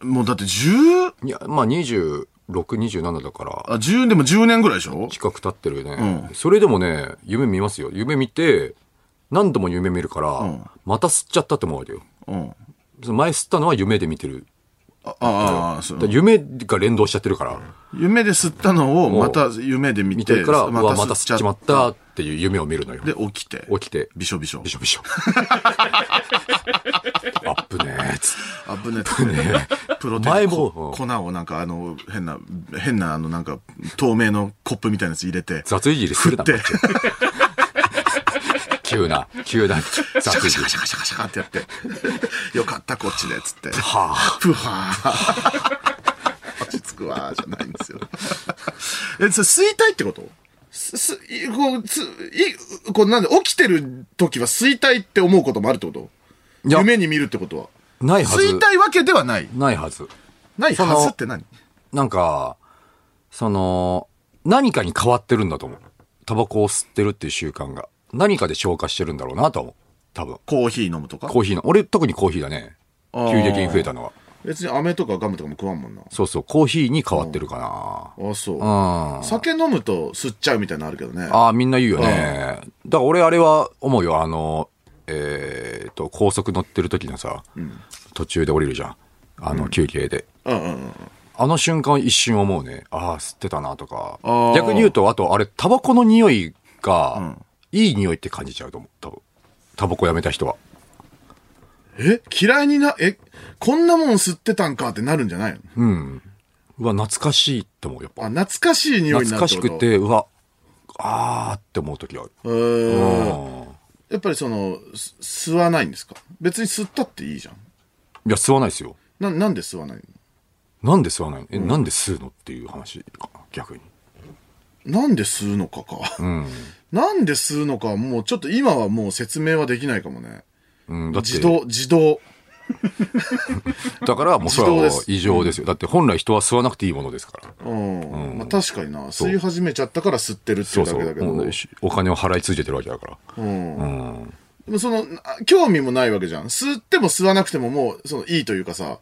Speaker 1: もうだって10、
Speaker 2: いや、まあ26、27だから、
Speaker 1: あ、10でも10年ぐらいでしょ
Speaker 2: 近く経ってるよね、それでもね、夢見ますよ。夢見て、何度も夢見るから、
Speaker 1: ん
Speaker 2: また吸っちゃったって思うわけよ。
Speaker 1: うん。
Speaker 2: その前吸ったのは夢で見てる。
Speaker 1: あああ、そ
Speaker 2: だ
Speaker 1: う
Speaker 2: から。夢が連動しちゃってるから、
Speaker 1: 夢で吸ったのをまた夢で見
Speaker 2: 見て
Speaker 1: て、
Speaker 2: るから、うわまた吸
Speaker 1: 吸
Speaker 2: っちまったっていう夢を見るのよ。
Speaker 1: で、起きて。
Speaker 2: 起きて、
Speaker 1: びしょびしょ
Speaker 2: び。しょびしょ。アップねーっつって
Speaker 1: あぶねえ。プロテイン。
Speaker 2: 前も
Speaker 1: こ粉をなんかあの、変な、変なあのなんか、透明のコップみたいなやつ入れて。
Speaker 2: 雑いじりするな。
Speaker 1: で、
Speaker 2: 急な、急な
Speaker 1: シャ
Speaker 2: 雑
Speaker 1: カ
Speaker 2: い
Speaker 1: シ
Speaker 2: じ
Speaker 1: ャ
Speaker 2: り
Speaker 1: カ。シャカシャカシャカって やって。よかった、こっちで、つ って。
Speaker 2: はあ。
Speaker 1: ふはー。落ち着くわー、じゃないんですよ。 え、それ吸いたいってことす、す、いこう、つ、い、こうなんで、起きてる時は吸いたいって思うこともあるってこと
Speaker 2: いや
Speaker 1: 夢に見るってことは。
Speaker 2: ないはず。
Speaker 1: 吸いたいわけではない。
Speaker 2: ないはず。
Speaker 1: ない
Speaker 2: その
Speaker 1: はずって何
Speaker 2: なんか、その、何かに変わってるんだと思う。タバコを吸ってるっていう習慣が。何かで消化してるんだろうなと思う。多分。
Speaker 1: コーヒー飲むとか
Speaker 2: コーヒーの。俺特にコーヒーだね。
Speaker 1: あー
Speaker 2: 急激に増えたのは。
Speaker 1: 別に飴とかガムとかも食わんもんな。
Speaker 2: そうそう、コーヒーに変わってるか
Speaker 1: あ、そう。
Speaker 2: な。うん。
Speaker 1: 酒飲むと吸っちゃうみたいなのあるけどね。
Speaker 2: ああ、みんな言うよね。だから俺あれは思うよ。あの、えーっと、高速乗ってる時のさ、途中で降りるじゃん。あの、休憩で。
Speaker 1: うんうんうん。
Speaker 2: あの瞬間一瞬思うね。ああ、吸ってたなとか
Speaker 1: あ。ー
Speaker 2: 逆に言うと、あと、あれ、タバコの匂いが、いい匂いって感じちゃうと思う。多分。タバコやめた人は。
Speaker 1: え嫌いにな、えこんなもん吸ってたんかってなるんじゃないの
Speaker 2: うわ、懐かしいって思う。やっぱ
Speaker 1: あ、。懐かしい匂いになる
Speaker 2: 懐か
Speaker 1: って
Speaker 2: し
Speaker 1: こと
Speaker 2: くて、うわ、ああって思う時がある。
Speaker 1: えー
Speaker 2: うん
Speaker 1: やっぱりその、す吸わないんですか別に吸ったっていいじゃん。
Speaker 2: いや、吸わないですよ。
Speaker 1: な、なんで吸わない
Speaker 2: なんで吸わないのえ、なんで吸うのっていう話かな逆に。
Speaker 1: のなんで吸うのかか。
Speaker 2: うん。
Speaker 1: なんで吸うのかはもうちょっと今はもう説明はできないかもね。
Speaker 2: うん、だっ
Speaker 1: 自
Speaker 2: て、
Speaker 1: 動、自動。
Speaker 2: だからもうそれ
Speaker 1: 自動
Speaker 2: は
Speaker 1: です
Speaker 2: 異常ですよ。だって本来人は吸わなくていいものですから。
Speaker 1: うん。まあ確かにな。吸い始めちゃったから吸ってるって
Speaker 2: そ
Speaker 1: いう
Speaker 2: う
Speaker 1: だ
Speaker 2: そ
Speaker 1: けだ
Speaker 2: う
Speaker 1: けど。
Speaker 2: うん。お金を払い続けてるわけだから。
Speaker 1: うん
Speaker 2: うん。
Speaker 1: でもその、あ興味もないわけじゃん。吸っても吸わなくてももう、その、いいというかさ、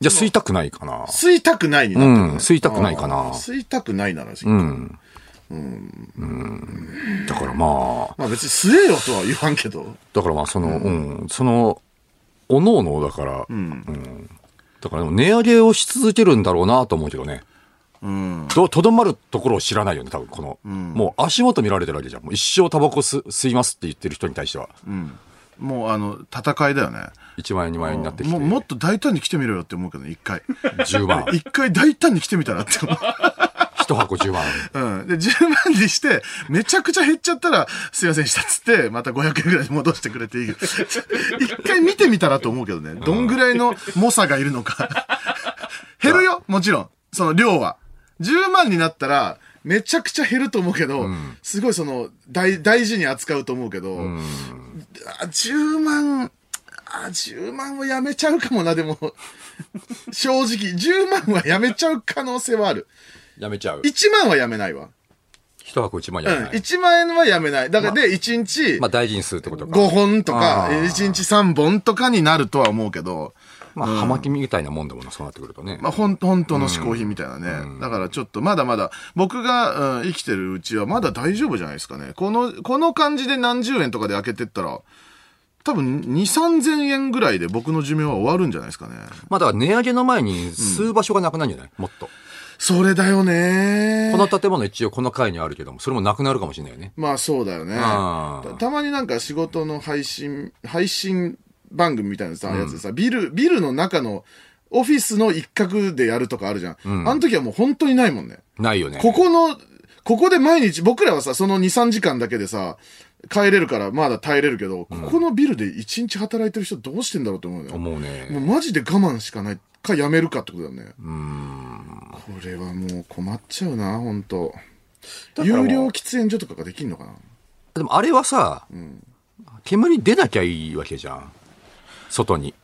Speaker 2: じゃあ吸いたくないかな。
Speaker 1: 吸いたくないになってる、ね
Speaker 2: うん吸いたくないかな
Speaker 1: あー吸いたくないならし、
Speaker 2: うん。うん。だからまあ、
Speaker 1: まあ別に吸えよとは言わんけど。
Speaker 2: だからまあその、うん、その、おのおのだから、うん。だからでも値上げをし続けるんだろうなと思うけどね。
Speaker 1: うん。
Speaker 2: と、とどまるところを知らないよね、多分この。もう足元見られてるわけじゃん。もう一生タバコ吸吸いますって言ってる人に対しては、
Speaker 1: もうあの、戦いだよね。
Speaker 2: 1万円、2万円になってきて、
Speaker 1: もうもっと大胆に来てみろよって思うけど、一回。
Speaker 2: 10万。
Speaker 1: 一回大胆に来てみたらって思う。
Speaker 2: 一一箱10万。
Speaker 1: うん。で、10万にして、めちゃくちゃ減っちゃったら、すいませんでしたっつって、また500円ぐらいに戻してくれていい。 一回見てみたらと思うけどね。どんぐらいの猛者がいるのか。 減るよもちろん。その量は。10万になったら、めちゃくちゃ減ると思うけど、すごいその、大、大事に扱うと思うけど、あ10万、あ10万はやめちゃうかもな、 でも。正直、10万はやめちゃう可能性はある。
Speaker 2: やめちゃう。
Speaker 1: 1万はやめないわ。
Speaker 2: 一箱1万や
Speaker 1: う
Speaker 2: め
Speaker 1: ん。
Speaker 2: ない。
Speaker 1: 1万円はやめない。だからで、1日
Speaker 2: まあ大事にするってことか。
Speaker 1: 5本とか、
Speaker 2: あー
Speaker 1: 1日3本とかになるとは思うけど、
Speaker 2: まあ、葉巻みたいなもんだもんな、そうなってくるとね。
Speaker 1: まあ、ほん、本当の嗜好品みたいなね。だからちょっと、まだまだ、僕が、うん生きてるうちはまだ大丈夫じゃないですかね。この、この感じで何十円とかで開けてったら、多分2、3000円ぐらいで僕の寿命は終わるんじゃないですかね。
Speaker 2: まあ、だから値上げの前に吸う場所がなくなるんじゃない、もっと。
Speaker 1: それだよね
Speaker 2: この建物一応この階にあるけども、それもなくなるかもしれないよね。
Speaker 1: まあそうだよね。
Speaker 2: あ
Speaker 1: た
Speaker 2: ー
Speaker 1: たまになんか仕事の配信、配信番組みたいなさ、やつでさ、ビル、ビルの中のオフィスの一角でやるとかあるじゃん。あの時はもう本当にないもんね。
Speaker 2: ないよね。
Speaker 1: ここの、ここで毎日、僕らはさ、その2、3時間だけでさ、帰れるからまだ耐えれるけど、ここのビルで1日働いてる人どうしてんだろうと思うよ。も
Speaker 2: 思うね。
Speaker 1: うマジで我慢しかないか、やめるかってことだよね。これはもう困っちゃうな、本当
Speaker 2: からも
Speaker 1: 有
Speaker 2: う
Speaker 1: 料喫煙所とかができんのかな
Speaker 2: でもあれはさ、煙出なきゃいいわけじゃん。外に。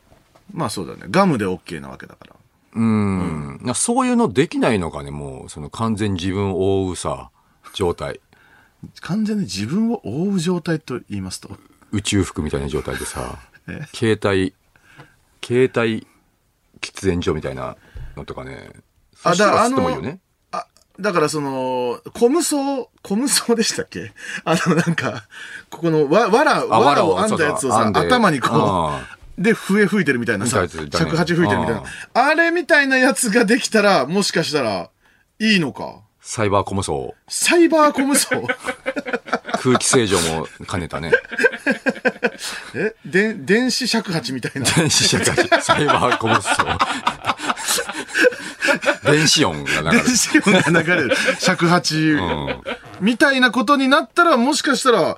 Speaker 1: まあそうだね。ガムで OK なわけだから。
Speaker 2: うん。なそういうのできないのかね、もう、その完全に自分を覆うさ、状態。
Speaker 1: 完全に自分を覆う状態と言いますと。
Speaker 2: 宇宙服みたいな状態でさ
Speaker 1: え、
Speaker 2: 携帯、携帯喫煙所みたいなのとかね。
Speaker 1: あ
Speaker 2: そした
Speaker 1: だ
Speaker 2: ら吸ってもいいよね。
Speaker 1: あ、だからその、コムソウ、コムソウでしたっけ あの、なんか、ここのわ、わら、
Speaker 2: あ
Speaker 1: わらを編んだやつをさ、頭にこ
Speaker 2: あ
Speaker 1: う、で、笛吹いてるみたいなさ、
Speaker 2: みたいなやつだね
Speaker 1: 尺八吹いてるみたいな。あれみたいなやつができたら、もしかしたら、いいのか。
Speaker 2: サイバーコムソ
Speaker 1: サイバーコムソウ
Speaker 2: ー、空気清浄も兼ねたね。
Speaker 1: えで、電子尺八みたいな。
Speaker 2: 電子社会、サイバーコムソ ー。電子音 が流れ
Speaker 1: 電
Speaker 2: る。
Speaker 1: 子音が流れる。尺八、みたいなことになったら、もしかしたら、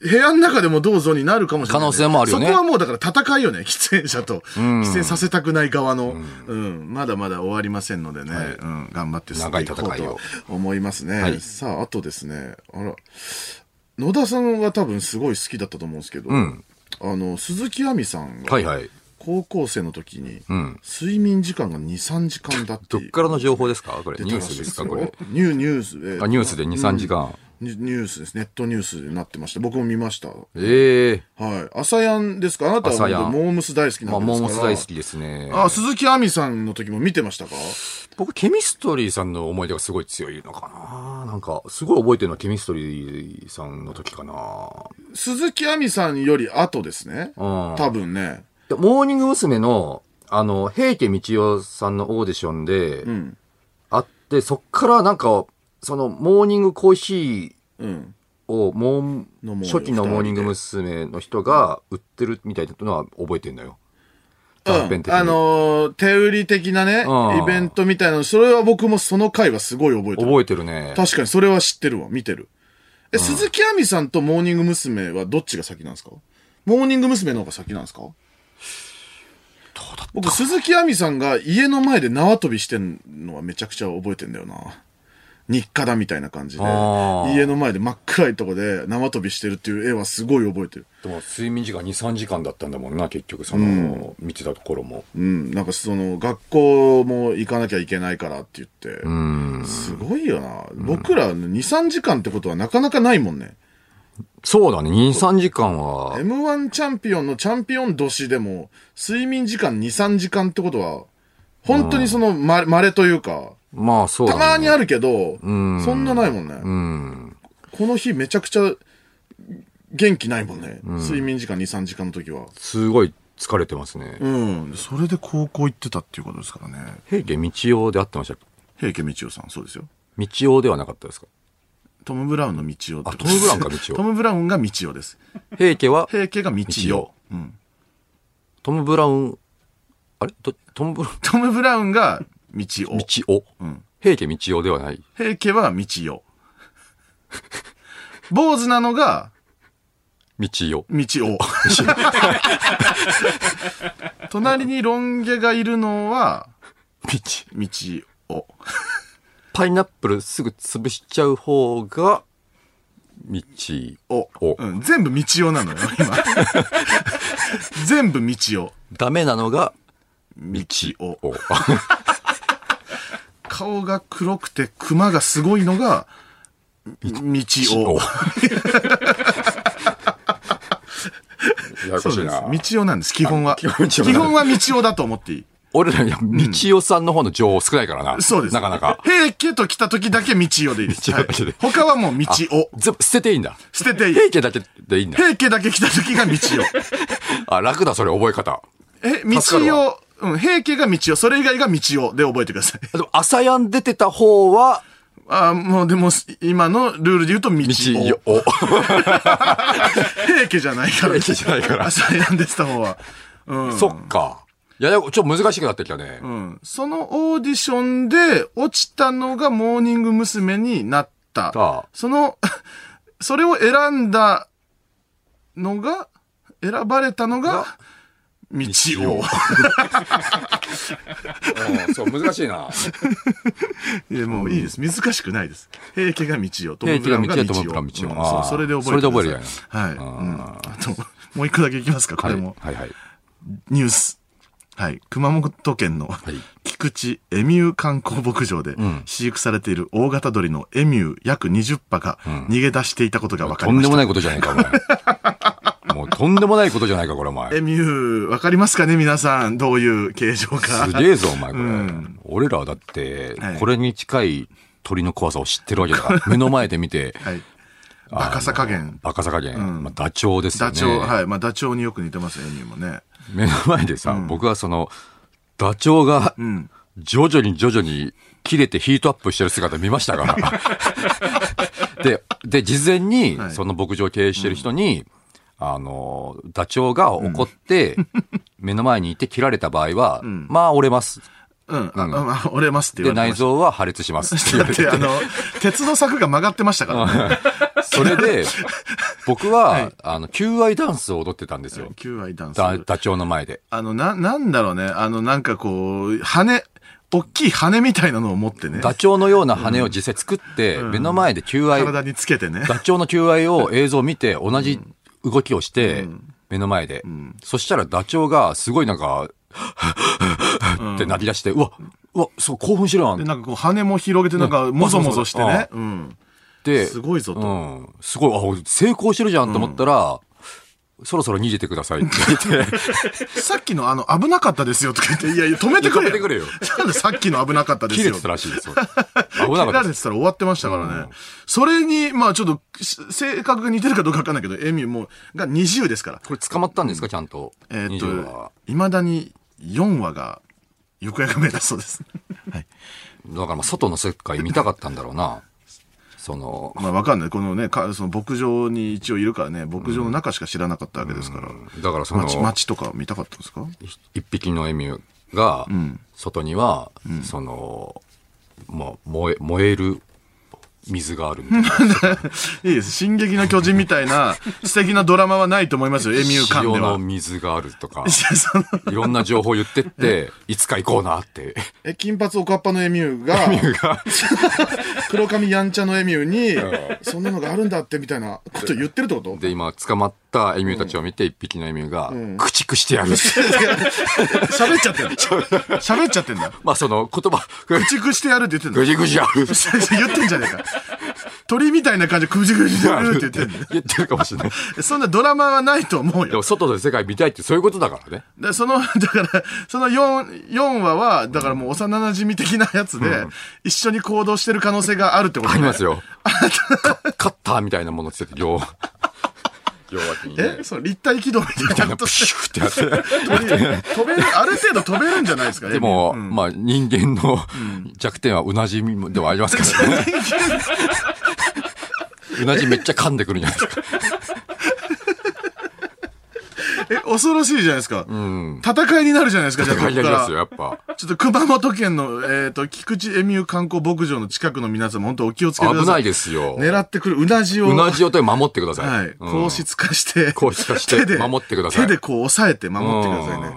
Speaker 1: 部屋の中でもどうぞになるかもしれない、
Speaker 2: 可能性もあるよね
Speaker 1: そこはもうだから戦いよね、 喫煙者と。喫煙させたくない側の、うん、まだまだ終わりませんのでね、うん、頑張って進んでいこう
Speaker 2: 長い戦い
Speaker 1: と
Speaker 2: を
Speaker 1: 思いますね。
Speaker 2: はい
Speaker 1: さあ、あとですね、あら、野田さんは多分すごい好きだったと思うんですけど、
Speaker 2: ん
Speaker 1: あの、鈴木亜美さんが
Speaker 2: はいはい。
Speaker 1: 高校生の時に、
Speaker 2: ん
Speaker 1: 睡眠時間が2、3時間だって
Speaker 2: どっ
Speaker 1: いう。
Speaker 2: からの情報ですかこれ。
Speaker 1: 出
Speaker 2: ニ
Speaker 1: た
Speaker 2: ュー
Speaker 1: らしいで
Speaker 2: スです
Speaker 1: す
Speaker 2: か
Speaker 1: よ
Speaker 2: これ。
Speaker 1: ニューニュースえ
Speaker 2: あニュースで2、3時間。
Speaker 1: ニュニュースです。ネットニュースになってました。僕も見ました。は
Speaker 2: ええ
Speaker 1: い。朝やんですかあなたは
Speaker 2: 朝やん
Speaker 1: 本当モームス大好き
Speaker 2: ま
Speaker 1: な
Speaker 2: あ、
Speaker 1: んで
Speaker 2: モ
Speaker 1: すか
Speaker 2: ーモ
Speaker 1: ら
Speaker 2: ス大好きですね。
Speaker 1: あ、鈴木亜美さんの時も見てましたか
Speaker 2: 僕、ケミストリーさんの思い出がすごい強いのかななんか、すごい覚えてるのはケミストリーさんの時かな
Speaker 1: 鈴木亜美さんより後ですね。
Speaker 2: うん
Speaker 1: 多分ね。
Speaker 2: でモーニング娘。の、あの、平家道夫さんのオーディションで、
Speaker 1: ん
Speaker 2: あって、そっからなんか、その、モーニングコーヒ
Speaker 1: うん。
Speaker 2: ーを、モー
Speaker 1: 飲もうよ
Speaker 2: 初期のモーニング娘。の人が売ってるみたいなのは覚えてんだよ。断片的
Speaker 1: うん、
Speaker 2: に
Speaker 1: あのー手売り的なね、
Speaker 2: うん
Speaker 1: イベントみたいなの、それは僕もその回はすごい覚えてる。
Speaker 2: 覚えてるね。
Speaker 1: 確かにそれは知ってるわ、見てる。え、鈴木亜美さんとモーニング娘。はどっちが先なんですかモーニング娘。の方が先なんですか僕、鈴木亜美さんが家の前で縄跳びしてんのはめちゃくちゃ覚えてんだよな。日課だみたいな感じで、
Speaker 2: あー
Speaker 1: 家の前で真っ暗いとこで縄跳びしてるっていう絵はすごい覚えてる。
Speaker 2: でも、睡眠時間2、3時間だったんだもんな、結局、その、見てたところも。
Speaker 1: うん、なんかその、学校も行かなきゃいけないからって言って、
Speaker 2: うん。
Speaker 1: すごいよな。僕ら2、3時間ってことはなかなかないもんね。
Speaker 2: そうだね、2、3時間は、
Speaker 1: M1 チャンピオンのチャンピオン年でも、睡眠時間2、3時間ってことは、本当にその、ま、稀というか、
Speaker 2: まあそうだ
Speaker 1: た
Speaker 2: ね。
Speaker 1: まにあるけど、
Speaker 2: ん
Speaker 1: そんなないもんね。
Speaker 2: うん。
Speaker 1: この日めちゃくちゃ、元気ないもんね。睡眠時間2、3時間の時は。
Speaker 2: すごい疲れてますね。
Speaker 1: うん。それで高校行ってたっていうことですからね。
Speaker 2: 平家道夫で会ってましたっけ
Speaker 1: 平家道夫さん、そうですよ。
Speaker 2: 道夫ではなかったですか
Speaker 1: トム・ブラウンの道夫ってこと
Speaker 2: あトムブラウンか道夫
Speaker 1: トム・ブラウンが道夫です。
Speaker 2: 平家は
Speaker 1: 平家が道
Speaker 2: 道
Speaker 1: 夫
Speaker 2: 夫。トム・ブラウン、あれどトム・ブラウン、
Speaker 1: トム・ブラウンが道夫。
Speaker 2: 道夫。
Speaker 1: ん
Speaker 2: 平家道夫ではない。
Speaker 1: 平家は道代。 坊主なのが
Speaker 2: 道夫。
Speaker 1: 道夫。隣にロン毛がいるのは
Speaker 2: 道。
Speaker 1: 道夫。
Speaker 2: パイナップルすぐ潰しちゃう方が、道
Speaker 1: お
Speaker 2: お
Speaker 1: うん、全部道夫なのよ、今。全部道夫。
Speaker 2: ダメなのが、道
Speaker 1: 夫
Speaker 2: を。
Speaker 1: 顔が黒くてクマがすごいのが、道夫。
Speaker 2: ややこ
Speaker 1: そ
Speaker 2: し
Speaker 1: う
Speaker 2: い
Speaker 1: です。
Speaker 2: な。
Speaker 1: 道夫なんです、基本は。
Speaker 2: 基本道夫
Speaker 1: 基本は道夫だと思っていい。
Speaker 2: 俺ら、いや道夫さんの方の情報少ないからな。
Speaker 1: そうです。
Speaker 2: なかなか。
Speaker 1: 平家と来た時だけ道夫でいいです。
Speaker 2: 道夫だけ
Speaker 1: は
Speaker 2: で
Speaker 1: い他はもう道夫。
Speaker 2: 全部捨てていいんだ。
Speaker 1: 捨てていい。
Speaker 2: 平家だけでいいんだ。
Speaker 1: 平家だけ来た時 が道夫。
Speaker 2: あ、楽だ、それ、覚え方。
Speaker 1: え、道
Speaker 2: 助かる
Speaker 1: 夫、うん、平家が道夫、それ以外が道夫で覚えてください。
Speaker 2: でも、朝やん出てた方は、
Speaker 1: あーもうでも、今のルールで言うと道
Speaker 2: 道
Speaker 1: 夫。
Speaker 2: を。
Speaker 1: 平家じゃないから。
Speaker 2: 平家じゃないから
Speaker 1: 朝やんでした方は。うん。
Speaker 2: そっか。いや、でもちょっと難しくなってきたね。
Speaker 1: うん。そのオーディションで落ちたのがモーニング娘。になった。
Speaker 2: た
Speaker 1: その、 それを選んだのが、選ばれたのが、道
Speaker 2: 道
Speaker 1: 夫。
Speaker 2: うんそう、難 しい な。
Speaker 1: いや、もういいです。難しくないです。平家が道夫。ト
Speaker 2: 平
Speaker 1: ム・ブ
Speaker 2: 家が
Speaker 1: ラウ
Speaker 2: 道
Speaker 1: ンが道
Speaker 2: 夫トム
Speaker 1: 夫。
Speaker 2: ブラウ
Speaker 1: うん
Speaker 2: ン道夫あ
Speaker 1: そ
Speaker 2: ー
Speaker 1: うそれで覚えて
Speaker 2: それで覚える
Speaker 1: はい。うんあと、もう一個だけいきますか、こ
Speaker 2: は
Speaker 1: れ
Speaker 2: い。
Speaker 1: も。
Speaker 2: はいはい。
Speaker 1: ニュース。はい。熊本県の、
Speaker 2: い
Speaker 1: 菊池エミュー観光牧場で飼育されている大型鳥のエミュー約20羽が逃げ出していたことが分かり
Speaker 2: とん
Speaker 1: ま
Speaker 2: で
Speaker 1: し
Speaker 2: も
Speaker 1: た。
Speaker 2: ないことじゃないか、お前。もうとんでもないことじゃないか、これ、お前。
Speaker 1: エミュー、分かりますかね皆さん。どういう形状か。
Speaker 2: すげえぞ、お前、これ。俺らはだって
Speaker 1: はい、
Speaker 2: これに近い鳥の怖さを知ってるわけ だから、目の前で見て、
Speaker 1: はい。バカさ加減。
Speaker 2: バカさ加減、まあ、ダチョウですよ
Speaker 1: ダ
Speaker 2: ね。
Speaker 1: チョウ、はい。まあ、ダチョウによく似てます、エミューもね。
Speaker 2: 目の前でさ、僕はその、ダチョウが、徐々に徐々に切れてヒートアップしてる姿見ました から。で、で、事前に
Speaker 1: は、い
Speaker 2: その牧場を経営してる人に、あの、ダチョウが 怒って、目の前にいて切られた場合は、まあ折れます。
Speaker 1: うん。あ
Speaker 2: ん
Speaker 1: ああ折れますって
Speaker 2: で、
Speaker 1: 言われて
Speaker 2: 内
Speaker 1: ました。
Speaker 2: 臓は破裂しますって言わ
Speaker 1: だ
Speaker 2: れ
Speaker 1: ってて、あの、鉄の柵が曲がってましたから ね。
Speaker 2: それで、僕は、
Speaker 1: はい
Speaker 2: あの、求愛ダンスを踊ってたんですよ。
Speaker 1: 求愛ダンス。
Speaker 2: ダダチョウの前で。
Speaker 1: あの、な、なんだろうね。あの、なんかこう、羽、大きい羽みたいなのを持ってね。
Speaker 2: ダチョウのような羽を実際作って、目の前で求愛、
Speaker 1: 体につけてね。
Speaker 2: ダチョウの求愛を映像を見て、同じ動きをして、目の前で、そしたらダチョウが、すごいなんか、って泣き出して、うわ、うわ、そう、興奮してるわ、っ
Speaker 1: で、なんかこう、羽も広げて、なんか、もぞもぞしてね。うん。
Speaker 2: て、
Speaker 1: すごいぞと
Speaker 2: うん。すごい、あお、成功してるじゃんと思ったら、そろそろ逃げてくださいって 言って、
Speaker 1: さっきのあの、危なかったですよとか言って、いやいや、止めてくれよ。
Speaker 2: 止めてくれよ
Speaker 1: なんでさっきの危なかったです
Speaker 2: 切
Speaker 1: よ。
Speaker 2: れてたらしいですよ。危 なか
Speaker 1: 切
Speaker 2: っ
Speaker 1: ら
Speaker 2: た
Speaker 1: れ
Speaker 2: で
Speaker 1: てたら終わってましたからね。それに、まあちょっと、し性格が似てるかどうかわかんないけど、エミューもう、が20ですから。
Speaker 2: これ捕まったんですか、ちゃんと。
Speaker 1: えーっ
Speaker 2: 20は
Speaker 1: と、いまだに4話が行方不明だそうです。はい。
Speaker 2: だからまあ外の世界見たかったんだろうな。その、
Speaker 1: まあわかんない。このね、かその牧場に一応いるからね、牧場の中しか知らなかったわけですから。
Speaker 2: だからその、
Speaker 1: 街、街とか見たかったんですか
Speaker 2: 一匹のエミューが、外には、その、もう燃え、燃える水があるみたいな。
Speaker 1: いいです。進撃の巨人みたい な素敵なドラマはないと思い ますよ、エミュー館
Speaker 2: 塩
Speaker 1: で
Speaker 2: の
Speaker 1: は。、
Speaker 2: 水があるとか
Speaker 1: その
Speaker 2: いろんな情報言ってって、いつか行こうなって。
Speaker 1: え、金髪おかっぱのエミューが、 黒髪やんちゃのエミューに、そんなのがあるんだってみたいなこと言ってるってこと
Speaker 2: で、今、捕まったエミューたちを見て、一匹のエミューが、駆逐してや るって。
Speaker 1: 喋っちゃってんだ。喋っちゃってんだ。
Speaker 2: まあ、その言葉、駆
Speaker 1: 駆逐してやるって言ってんだ。
Speaker 2: 逐してや る。
Speaker 1: 言ってんじゃねえか。鳥みたいな感じで駆逐してやるって言ってんだよ。
Speaker 2: 言ってるかもしれない。
Speaker 1: そんなドラマはないと思う
Speaker 2: で
Speaker 1: よ。
Speaker 2: も、外の世界見たいってそういうことだからね。
Speaker 1: で、その、だ から、その4、4話は、だからもう幼馴染み的なやつで、一緒に行動してる可能性 があるってこと
Speaker 2: あ
Speaker 1: ね
Speaker 2: りますよ。カカッターみたいなものつけて、 両、両脇にね
Speaker 1: え。その立体軌道みたいなこと
Speaker 2: プシューってやって。
Speaker 1: 飛べる、ある程度飛べるんじゃないですか、
Speaker 2: でも、まあ、人間の弱点はうなじみではありますか らね。うなじめっちゃ噛んでくるんじゃないですか。
Speaker 1: え、恐ろしいじゃないですか。戦いになるじゃないですか、じゃあこ
Speaker 2: 書い
Speaker 1: こ
Speaker 2: てあ
Speaker 1: か
Speaker 2: りますよ、
Speaker 1: ら。
Speaker 2: やっぱ。
Speaker 1: ちょっと熊本県の、えっ、と、菊池エミュー観光牧場の近くの皆様、本当お気をつけくだ
Speaker 2: 危な
Speaker 1: さい。
Speaker 2: いですよ。
Speaker 1: 狙ってくるうなじを。
Speaker 2: うなじを手に守ってください。
Speaker 1: はい。
Speaker 2: うん
Speaker 1: 硬質化して。
Speaker 2: 硬質化して
Speaker 1: 手で
Speaker 2: 守ってください
Speaker 1: 手でこう押さえて守ってくださいね。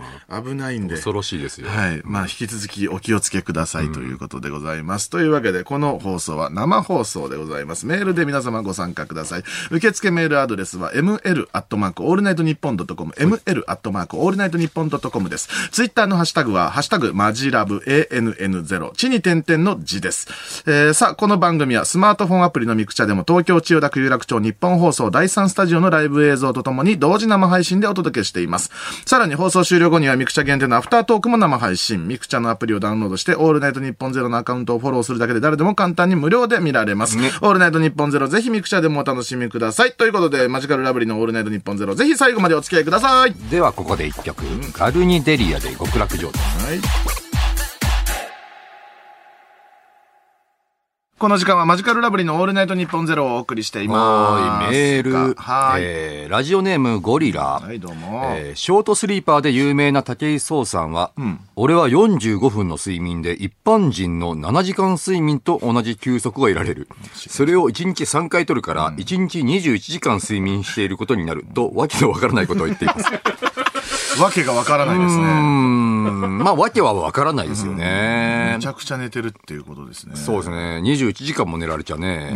Speaker 1: 危ないんで。
Speaker 2: 恐ろしいですよ。
Speaker 1: はい。まあ、引き続きお気をつけくださいということでございます。というわけで、この放送は生放送でございます。メールで皆様ご参加ください。受付メールアドレスは ml アットマークオールナイトニッポンドットコム ml アットマークオールナイトニッポンドットコムです。ツイッターのハッシュタグは、ハッシュタグマジラブ ANN0 地に点々の字です。えーさあ、この番組はスマートフォンアプリのミクチャでも東京千代田区有楽町日本放送第3スタジオのライブ映像とともに同時生配信でお届けしています。さらに放送終了後にはミクチャ限定のアフタートークも生配信。ミクチャのアプリをダウンロードして、オールナイトニッポンゼロのアカウントをフォローするだけで誰でも簡単に無料で見られます。オールナイトニッポンゼロぜひミクチャでもお楽しみください。ということで、マジカルラブリーのオールナイトニッポンゼロぜひ最後までお付き合いください。
Speaker 2: ではここで一曲。ガルニデリアで極楽浄土。
Speaker 1: はい。この時間はマジカルラブリーのオールナイトニッポンゼロをお送りしています。
Speaker 2: はい、メール、
Speaker 1: はい、
Speaker 2: えーラジオネームゴリラ、
Speaker 1: はい、どうも。
Speaker 2: えーショートスリーパーで有名な武井壮さんは、俺は45分の睡眠で一般人の7時間睡眠と同じ休息が得られる。それを1日3回取るから、1日21時間睡眠していることになると、わけのわから ないことを言っています。
Speaker 1: わけがわからないです
Speaker 2: うー
Speaker 1: ね。
Speaker 2: ん、まあ、わけはわからないですよね
Speaker 1: めち。ゃくちゃ寝てるっていうことですね。
Speaker 2: そうですね。21時間も寝られちゃね、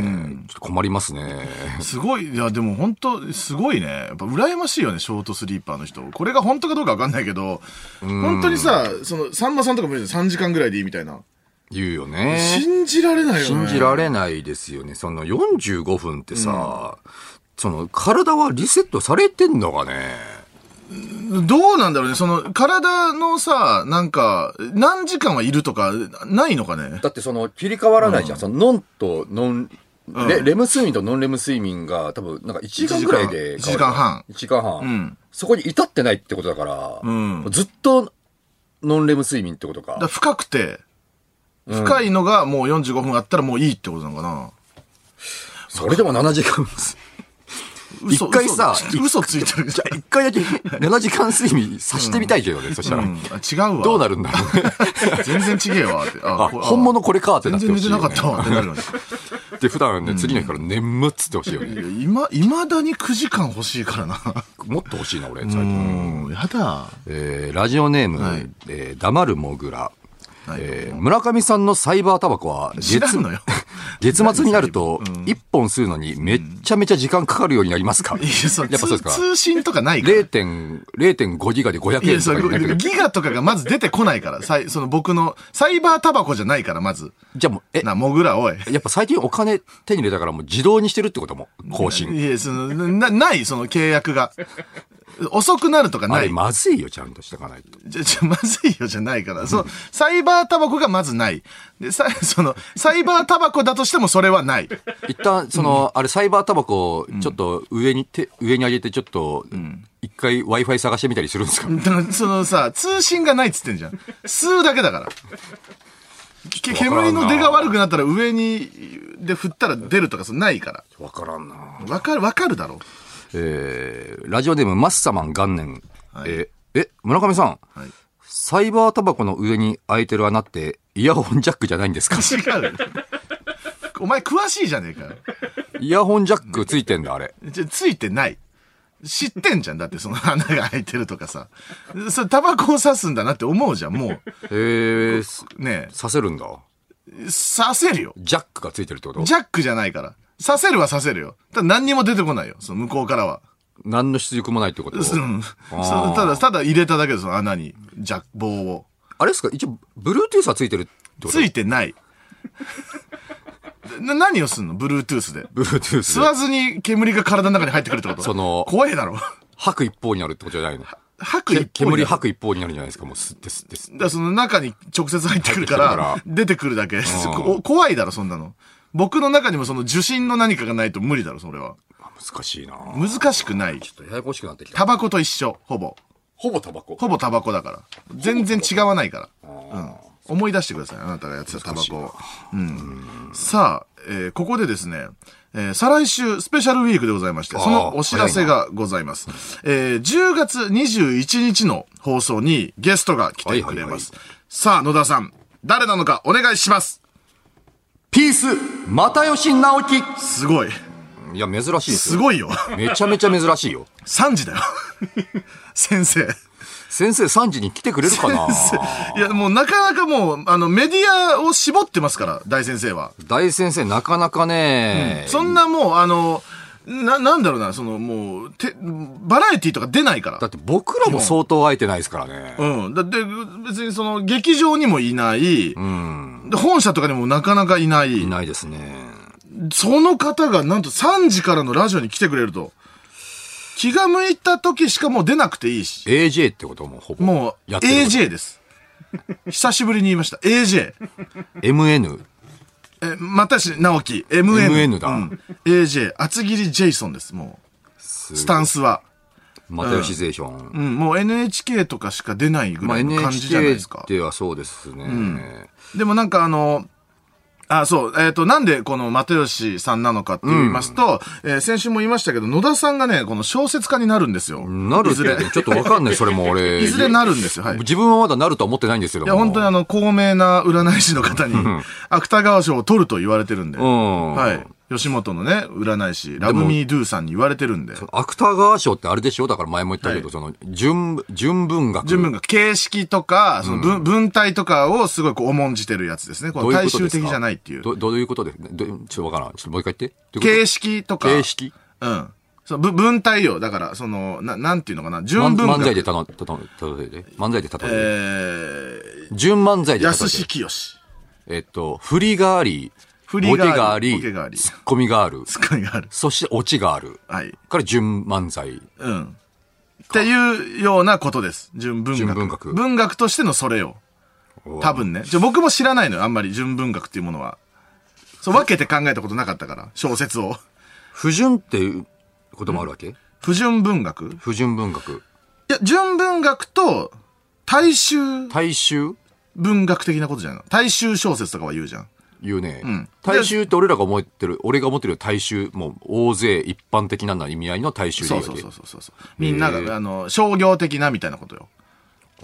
Speaker 2: ちょっと困りますね。
Speaker 1: すごい、いや、でも本当、すごいね。やっぱ羨ましいよね、ショートスリーパーの人。これが本当かどうかわかんないけど、本当にさ、その、さんまさんとかも言うじゃん、3時間ぐらいでいいみたいな。
Speaker 2: 言うよね。
Speaker 1: 信じられないよね。
Speaker 2: 信じられないですよね。その45分ってさ、その体はリセットされてんのかね。
Speaker 1: どうなんだろうね、その、体のさ、なんか、何時間はいるとか、ないのかね。
Speaker 2: だってその切り替わらないじゃん。そのノンとノン、レレム睡眠とノンレム睡眠が多分なんか1時間ぐらいで
Speaker 1: 一時間半
Speaker 2: 1時間半。
Speaker 1: ん
Speaker 2: そこに至ってないってことだから、
Speaker 1: ん
Speaker 2: ずっとノンレム睡眠ってこと
Speaker 1: だ
Speaker 2: か。
Speaker 1: から深くて、深いのがもう45分あったらもういいってことなのかな。
Speaker 2: それでも7時間。
Speaker 1: 嘘
Speaker 2: 一回さ
Speaker 1: 嘘嘘ついてる。
Speaker 2: じゃ あ一回だけ7時間睡眠さしてみたいけどね、そしたら。
Speaker 1: うんあ違うわ。
Speaker 2: どうなるんだろ うね。
Speaker 1: 全然ちげえわって。あ
Speaker 2: あ、本物これかってな
Speaker 1: 全
Speaker 2: って
Speaker 1: 然
Speaker 2: ほ
Speaker 1: 寝
Speaker 2: しい
Speaker 1: てな
Speaker 2: よ
Speaker 1: かったわ
Speaker 2: ね
Speaker 1: ってなるよね。
Speaker 2: で、普段ね、次の日から眠っつってほしい よね。
Speaker 1: いま、いまだに9時間欲しいからな。
Speaker 2: もっと欲しいな、俺、最
Speaker 1: う
Speaker 2: 近。
Speaker 1: ん、やだ。
Speaker 2: えーラジオネーム、
Speaker 1: はい
Speaker 2: えー黙るモグラ。
Speaker 1: はい
Speaker 2: えー村上さんのサイバータバコは
Speaker 1: 知ら
Speaker 2: 月
Speaker 1: んのよ。
Speaker 2: 月末になると、1本吸うのにめっちゃめちゃ時間かかるようになりますか、
Speaker 1: いや、そう、
Speaker 2: やっぱそうですか
Speaker 1: 通通信とかないから。
Speaker 2: 0.5 0.5ギガで500
Speaker 1: い
Speaker 2: 円
Speaker 1: や、そ
Speaker 2: とか
Speaker 1: う、
Speaker 2: になるけど、
Speaker 1: ギガとかがまず出てこないから、さいその僕の、サイバータバコじゃないから、まず。
Speaker 2: じゃあもう、え、
Speaker 1: な、モグラ、おい。
Speaker 2: やっぱ最近お金手に入れたからもう自動にしてるってことも、更新。
Speaker 1: いや、その、な、ない、その契約が。遅くなるとか
Speaker 2: あ
Speaker 1: な
Speaker 2: れ
Speaker 1: い。
Speaker 2: まずいよ、ちゃんとしてかないと。
Speaker 1: じゃ、じゃ、まずいよじゃないから。そう、サイバータバコがまずない。で、さ、その、サイバータバコだとしてもそれはない。
Speaker 2: 一旦、その、あれ、サイバータバコをちょっと上に、手上に上げて、ちょっと、一回 Wi-Fi 探してみたりするんですか
Speaker 1: だからそのさ、通信がないっつってんじゃん。吸うだけだから。け煙の出が悪くなったら上に、で振ったら出るとか、そうないから。
Speaker 2: わからんな
Speaker 1: わかる、わかるだろ。
Speaker 2: えー、ラジオネームマッサマン元年。えーえ、村上さん、
Speaker 1: はい
Speaker 2: サイバータバコの上に開いてる穴って、イヤホンジャックじゃないんです か
Speaker 1: 違うよ。お前詳しいじゃねえかよ。
Speaker 2: イヤホンジャックついてんだ、あれ。
Speaker 1: じゃ、ついてない。知ってんじゃん。だってその穴が開いてるとかさ。それタバコを刺すんだなって思うじゃん、も
Speaker 2: えー、す
Speaker 1: う。ね
Speaker 2: させるんだ。
Speaker 1: え。刺せるよ。
Speaker 2: ジャックがついてるってこと
Speaker 1: ジャックじゃないから。刺せるは刺せるよ。ただ何にも出てこないよ。その向こうからは。
Speaker 2: 何の出力もないってこと
Speaker 1: うん。
Speaker 2: あー
Speaker 1: そうただ、ただ入れただけです、穴に、じゃ、棒を。
Speaker 2: あれですか一応、Bluetooth はついてるってこと
Speaker 1: ついてない。な何をすんの ?Bluetooth で。吸
Speaker 2: ?Bluetooth で。
Speaker 1: わずに煙が体の中に入ってくるってこと
Speaker 2: その
Speaker 1: 怖いだろ。
Speaker 2: 吐く一方になるってことじゃないの
Speaker 1: 吐く一方に
Speaker 2: 煙
Speaker 1: だか
Speaker 2: 吐く一方になるんじゃないですかもう吸って吸って吸って。
Speaker 1: らその中に直接入ってくるか
Speaker 2: 入っ
Speaker 1: ら
Speaker 2: て、
Speaker 1: 出てくるだけ。こ怖いだろ、そんなの。僕の中にもその受信の何かがないと無理だろ、それは。
Speaker 2: 難しいなぁ
Speaker 1: 難しくない。
Speaker 2: ややこしくなってきた。
Speaker 1: タバコと一緒、ほぼ。
Speaker 2: ほぼタバコ。
Speaker 1: ほぼタバコだから。全然違わないから。思い出してください。あなたがやってたタバコを。うん。さあ、えーここでですね、えー再来週スペシャルウィークでございまして、
Speaker 2: あー
Speaker 1: そのお知らせがございます。えー10月21日の放送にゲストが来てくれます。さあ、野田さん、誰なのかお願いします。
Speaker 2: ピース、又吉直樹。
Speaker 1: すごい。
Speaker 2: いや、珍しいです
Speaker 1: す
Speaker 2: よ。
Speaker 1: ごいよ。
Speaker 2: めちゃめちゃ珍しいよ。
Speaker 1: 3時だよ。 先生。
Speaker 2: 先生3時に来てくれるかな
Speaker 1: 先生 いや、もうなかなかもう、あの、メディアを絞ってますから、大先生は。
Speaker 2: 大先生、なかなかね、
Speaker 1: そんなもう、あの、な、なんだろうな、その、もう、て、バラエティとか出ないか
Speaker 2: だ
Speaker 1: ら
Speaker 2: っ。て僕らも相当空いてないですからね。
Speaker 1: うん。だって、別にその、劇場にもいない、で本社とかにもなかなかいない、
Speaker 2: いないですね。
Speaker 1: その方がなんと3時からのラジオに来てくれると。気が向いた時しかもう出なくていいし。
Speaker 2: AJ ってこともほぼ。
Speaker 1: もう、
Speaker 2: やってること。
Speaker 1: AJ です。久しぶりに言いました。AJ。
Speaker 2: MN。
Speaker 1: え、またし、直樹、MN。
Speaker 2: MN だ
Speaker 1: うん、AJ、厚切りジェイソンです、もう。スタンスは。
Speaker 2: 又吉ゼーション。
Speaker 1: うん、もう NHK とかしか出ないぐ
Speaker 2: まあ、
Speaker 1: らいの感じじゃない
Speaker 2: NHK
Speaker 1: ですか。
Speaker 2: ではそうですね。
Speaker 1: でもなんかあの、あ、そう、えっ、と、なんでこの又吉さんなのかって言いますと、えー先週も言いましたけど、野田さんがね、この小説家になるんですよ。
Speaker 2: なる
Speaker 1: い
Speaker 2: っ
Speaker 1: ずれ
Speaker 2: て、。ちょっとわかんない、それも俺。
Speaker 1: いずれなるんですよ、はい。
Speaker 2: 自分はまだなるとは思ってないんですけど
Speaker 1: い
Speaker 2: も。
Speaker 1: や、本当にあの、高名な占い師の方に、芥川賞を取ると言われてるんで、
Speaker 2: ん
Speaker 1: はい。吉本のね、占い師、ラブミードゥさんに言われてるんで、
Speaker 2: 芥川賞ってあれでしょだから前も言ったけど、
Speaker 1: はい
Speaker 2: その、純、純文学。
Speaker 1: 純文が形式とか、その文,、文体とかをすごいこう重んじてるやつですね。この
Speaker 2: どう
Speaker 1: 大
Speaker 2: いうこと
Speaker 1: 衆
Speaker 2: ですか
Speaker 1: 的じゃないっていう。
Speaker 2: どどういうことですどちょっとわからん。ちょっともう一回言って。どういうこ
Speaker 1: 形式と
Speaker 2: と
Speaker 1: か、
Speaker 2: 形式
Speaker 1: うん。そのぶ文体よ。だから、その、ななんていうのかな、純
Speaker 2: 漫
Speaker 1: 文
Speaker 2: 漫才
Speaker 1: 学。
Speaker 2: でたの、たと例えて。漫才で例
Speaker 1: え
Speaker 2: えて。
Speaker 1: ー、
Speaker 2: 純漫才で例
Speaker 1: 安
Speaker 2: え
Speaker 1: 志
Speaker 2: て。
Speaker 1: 清。
Speaker 2: えっと、振りがあり、
Speaker 1: 振りがあり
Speaker 2: ボケがあり、
Speaker 1: ボケがあり
Speaker 2: ツッコミがある。
Speaker 1: つかみがある。
Speaker 2: そしてオチがある。
Speaker 1: はい。
Speaker 2: から純漫才。
Speaker 1: うん。っていうようなことです。純文学。
Speaker 2: 純文学
Speaker 1: 文学としてのそれを。多分ね。じゃあ僕も知らないのよ、あんまり純文学っていうものは。そう、分けて考えたことなかったから、小説を。
Speaker 2: 不純っていうこともあるわけ、
Speaker 1: 不純文学
Speaker 2: 不純文学。
Speaker 1: いや、純文学と、大衆
Speaker 2: 大衆
Speaker 1: 文学的なことじゃないの大衆小説とかは言うじゃん。
Speaker 2: 言うね、
Speaker 1: ん
Speaker 2: 大衆って俺らが思ってる、俺が思ってる大衆、もう大勢一般的な意味合いの大衆でい
Speaker 1: そ
Speaker 2: いうわ
Speaker 1: そう
Speaker 2: け。
Speaker 1: そうそうそうそう。みんな
Speaker 2: へー
Speaker 1: が、あの、商業的なみたいなことよ。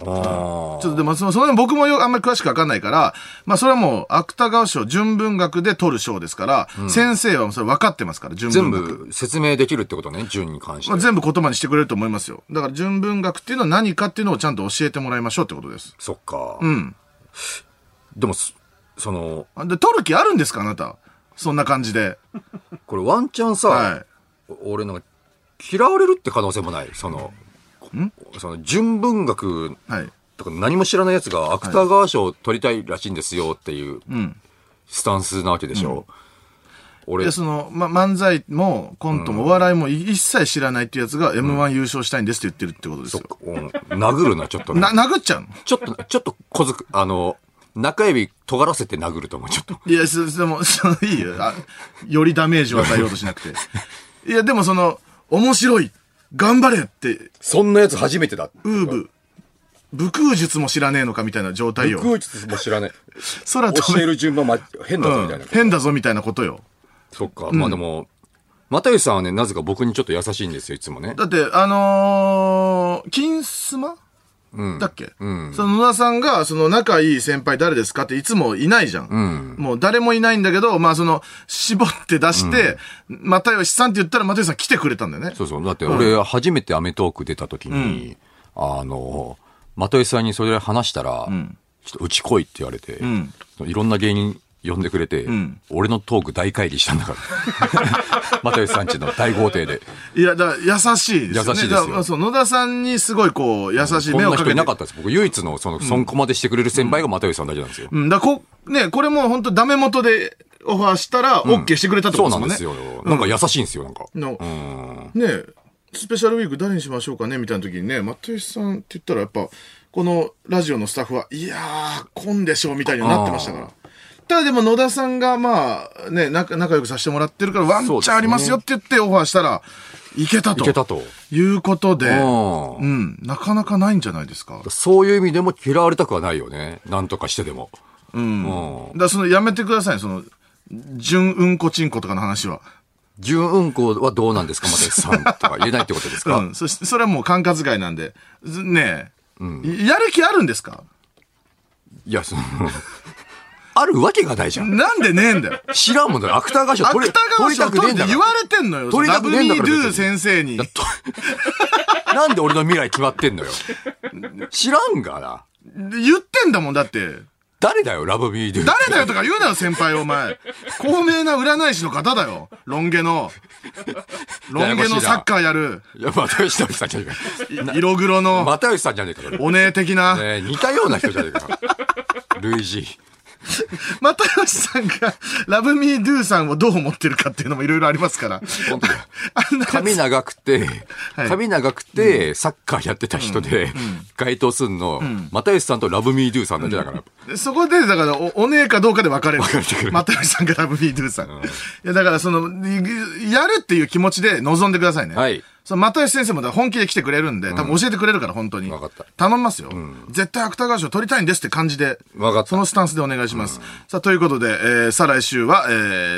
Speaker 2: あ
Speaker 1: ちょっとでも、その、その辺僕もよあんまり詳しくわかんないから、まあそれはもう、芥川賞、純文学で取る賞ですから、先生はそれ分かってますから、純
Speaker 2: ー全
Speaker 1: 文学。
Speaker 2: 部説明できるってことね、順に関して。
Speaker 1: まあ、全部言葉にしてくれると思いますよ。だから純文学っていうのは何かっていうのをちゃんと教えてもらいましょうってことです。
Speaker 2: そっか。でも、そその、
Speaker 1: あで、取る気あるんですかあなた。そんな感じで。
Speaker 2: これワンチャンさ、
Speaker 1: は
Speaker 2: 俺なんか嫌われるって可能性もない。その、その純文学
Speaker 1: い。はい。
Speaker 2: とか何も知らないやつが芥川賞を取りたいらしいんですよっていうスタンスなわけでしょ。俺
Speaker 1: で、、その、ま、漫才もコントもお笑いもい一切知らないっていうやつが M1 優勝したいんですって言ってるってことです
Speaker 2: そっ
Speaker 1: よ。
Speaker 2: かうん殴るな、ちょっとね。
Speaker 1: な、殴っちゃうの
Speaker 2: ちょっと、 ちょっと小づく、あの、中指尖らせて殴ると思う、ちょっと。
Speaker 1: いや、そ、 そでも、その、いいよ。あ、よりダメージを与えようとしなく て。いや、でもその、面白い頑張れって、
Speaker 2: そんなやつ初めてだ。
Speaker 1: ウーブ、武空術も知らねえのかみたいな状態よ。
Speaker 2: 術も知らない。
Speaker 1: 空飛べ、
Speaker 2: る順番、ま、変だ
Speaker 1: うん、変だぞみたいなことよ。
Speaker 2: そっか、まあでも、又吉さんはね、なぜか僕にちょっと優しいんですよ、いつもね。
Speaker 1: だって、あのー、金スマだっけ、その野田さんが、その仲いい先輩誰ですかっていつもいないじゃん。もう誰もいないんだけど、まあその、絞って出して、又吉さんって言ったら又吉さん来てくれたんだよね。
Speaker 2: そうそう。だって俺、初めてアメトーク出た時に、あの、又吉さんにそれ話したら、ちょっとうち来いって言われて、いろんな芸人呼んでくれて、俺のトーク大会議したんだから。 又吉さんちの大豪邸で。
Speaker 1: いや、だから優しいですよね。
Speaker 2: 優しいですよ
Speaker 1: だからそう野田さんにすごいこう、優しい
Speaker 2: こん
Speaker 1: 目を
Speaker 2: な
Speaker 1: かけ
Speaker 2: 人
Speaker 1: て。
Speaker 2: いなかったです。僕、唯一の、その、そんこまでしてくれる先輩が又吉さんだけなんですよ。
Speaker 1: うん、だからこ、ね、これも本当ダメ元でオファーしたら、OK してくれたって
Speaker 2: そ
Speaker 1: こ
Speaker 2: うな
Speaker 1: と
Speaker 2: ん
Speaker 1: で
Speaker 2: ですす
Speaker 1: よ
Speaker 2: よ
Speaker 1: ね。。
Speaker 2: なんか優しいんですよ、なんか。
Speaker 1: のねスペシャルウィーク誰にしましょうかねみたいな時にね、又吉さんって言ったらやっぱ、このラジオのスタッフは、いやー、混んでしょうみたいにはなってましたから。ただでも野田さんがまあね、仲仲良くさせてもらってるからワンチャンありますよって言ってオファーしたら、いけたと。
Speaker 2: いけたと。
Speaker 1: いうことで、
Speaker 2: うん
Speaker 1: うん、なかなかないんじゃないですか。
Speaker 2: そういう意味でも嫌われたくはないよね。なんとかしてでも。うん。
Speaker 1: だからそのやめてください、その、純うんこちんことかの話は。
Speaker 2: 純運行はどうなんですか、又吉さんとか言えないってことです
Speaker 1: う
Speaker 2: か、
Speaker 1: ん、そしそれはもう管轄外なんで、ずねえ、やる気あるんですか
Speaker 2: いや、その、あるわけがないじゃん。
Speaker 1: なんでねえんだよ。
Speaker 2: 知らんもんだよ。芥川賞 取れ、
Speaker 1: 芥川
Speaker 2: 取り
Speaker 1: 賞
Speaker 2: たくね
Speaker 1: 取
Speaker 2: え
Speaker 1: っ
Speaker 2: ん
Speaker 1: て
Speaker 2: だか
Speaker 1: 言
Speaker 2: ら
Speaker 1: われてんのよ。
Speaker 2: 取りたくねえんだか
Speaker 1: ラ
Speaker 2: ら
Speaker 1: ブミードゥ
Speaker 2: 別に
Speaker 1: 先生に。
Speaker 2: なんで俺の未来決まってんのよ。知らんがな。
Speaker 1: 言ってんだもん、だって。
Speaker 2: 誰だよ、ラブビードゥ。
Speaker 1: 誰だよとか言うなよ、先輩、お前。 高名な占い師の方だよ。ロン毛 の。ロン毛のサッカーやる。
Speaker 2: いや、又吉直樹さんじゃねえ
Speaker 1: い色黒
Speaker 2: か。
Speaker 1: の、
Speaker 2: 又吉さんじゃねえか、それ。ね
Speaker 1: お姉的な。
Speaker 2: え似たような人じゃねえか。類似。
Speaker 1: 又吉さんが、ラブミードゥさんをどう思ってるかっていうのもいろいろありますから。
Speaker 2: 本当だよ
Speaker 1: あんな
Speaker 2: 髪長くて、
Speaker 1: はい
Speaker 2: 髪長くて、サッカーやってた人で、該当すんの、又吉さんとラブミードゥさんだけだから。
Speaker 1: そこで、だからお、お姉かどうかで分 かれる
Speaker 2: 分かれてく。る
Speaker 1: 又吉さんかラブミードゥさん。いや、だから、その、いやるっていう気持ちで臨んでくださいね。
Speaker 2: はい
Speaker 1: その、又吉先生もだから本気で来てくれるんで、多分教えてくれるから、本当に。
Speaker 2: 分かった
Speaker 1: 頼みますよ。絶対芥川賞取りたいんですって感じで。
Speaker 2: 分かった
Speaker 1: そのスタンスでお願いします。さあ、ということで、えー、再来週は、え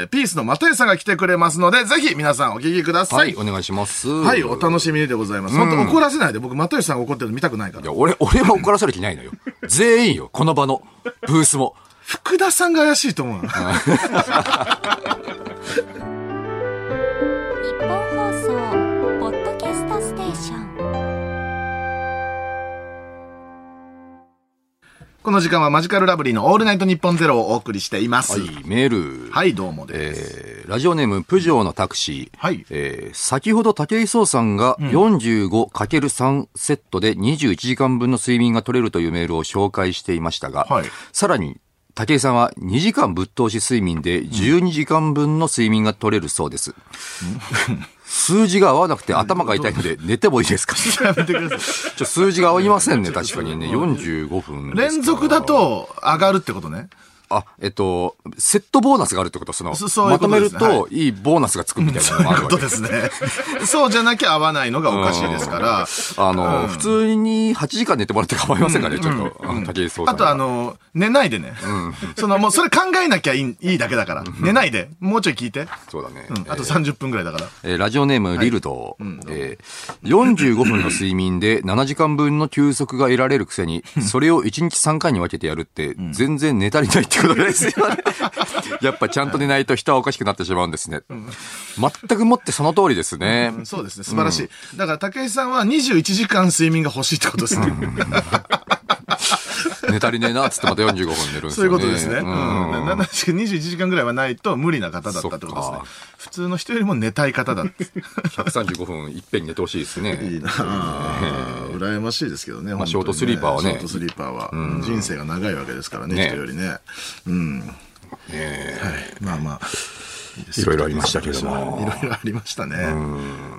Speaker 1: ー、ピースの又吉さんが来てくれますので、ぜひ皆さんお聞きくださ
Speaker 2: はいい、。お願いします。
Speaker 1: はい、お楽しみにでございます。本当怒らせないで、僕、又吉さんが怒ってるの見たくないか
Speaker 2: い
Speaker 1: ら
Speaker 2: や。俺、俺は怒らされてないのよ。全員よ、この場の、ブースも。
Speaker 1: 福田さんが怪しいと思うな。
Speaker 3: 日本放送ポッドキャストステーション
Speaker 1: この時間はマジカルラブリーのオールナイトニッポンゼロをお送りしています。
Speaker 2: は
Speaker 1: はい、
Speaker 2: い、メール。
Speaker 1: どうもです。
Speaker 2: えーラジオネーム、プジョーのタクシー。
Speaker 1: はい
Speaker 2: えー先ほど武井壮さんが 45×3 セットで21時間分の睡眠が取れるというメールを紹介していましたが、
Speaker 1: はい
Speaker 2: さらに、武井さんは2時間ぶっ通し睡眠で12時間分の睡眠が取れるそうです。数字が合わなくて頭が痛いので寝てもいいですか
Speaker 1: やめてくださ
Speaker 2: ちょ数字が合いま せんね、確かにね。45分
Speaker 1: い。
Speaker 2: ですから
Speaker 1: 連続だと上がるってことね。
Speaker 2: あ、えっと、セットボーナスがあるってことその、
Speaker 1: そそういう
Speaker 2: ま
Speaker 1: こと
Speaker 2: とめる
Speaker 1: ですねは
Speaker 2: と、いいボーナスがつくみたいなのもある
Speaker 1: こ
Speaker 2: わ
Speaker 1: と
Speaker 2: け
Speaker 1: ですね。 そうじゃなきゃ合わないのがおかしいですから。
Speaker 2: あの、普通に8時間寝てもらって構いませんかね、ちょっと、あの武井壮さ
Speaker 1: あ
Speaker 2: ん
Speaker 1: と
Speaker 2: が。
Speaker 1: あの、寝ないでね。そのもうそれ考えなきゃいいいいだけだから。寝ないで。もうちょい聞いて。
Speaker 2: そうだね。
Speaker 1: うんあと
Speaker 2: えー
Speaker 1: 30分ぐらいだから。
Speaker 2: えーラジオネーム、リルド、えー45分の睡眠で7時間分の休息が得られるくせに、それを1日3回に分けてやるって、全然寝足りないってことです よね。やっぱちゃんと寝ないと人はおかしくなってしまうんですね。全くもってその通りです ね。
Speaker 1: そうですね。素晴らしい。だから、武井さんは21時間睡眠が欲しいってことですね。
Speaker 2: 寝足りねえな、つってまた45分寝るんで す
Speaker 1: そうい
Speaker 2: よ
Speaker 1: う
Speaker 2: ね。
Speaker 1: ことですね。うん。
Speaker 2: うん
Speaker 1: 21時間ぐらいはないと無理な方だったってことです
Speaker 2: そ
Speaker 1: ね
Speaker 2: っか。
Speaker 1: 普通の人よりも寝たい方だって。
Speaker 2: 135分いっぺんに寝 てほしいですね。
Speaker 1: いいなあ 羨ましいですけどね。本当にね
Speaker 2: ショートスリーパーはね
Speaker 1: ショートスリーパーは。人生が長いわけですからね、
Speaker 2: ね
Speaker 1: 人よりね。うん。はいまあまあ。
Speaker 2: いろいろありましたけども
Speaker 1: いろいろありましたね。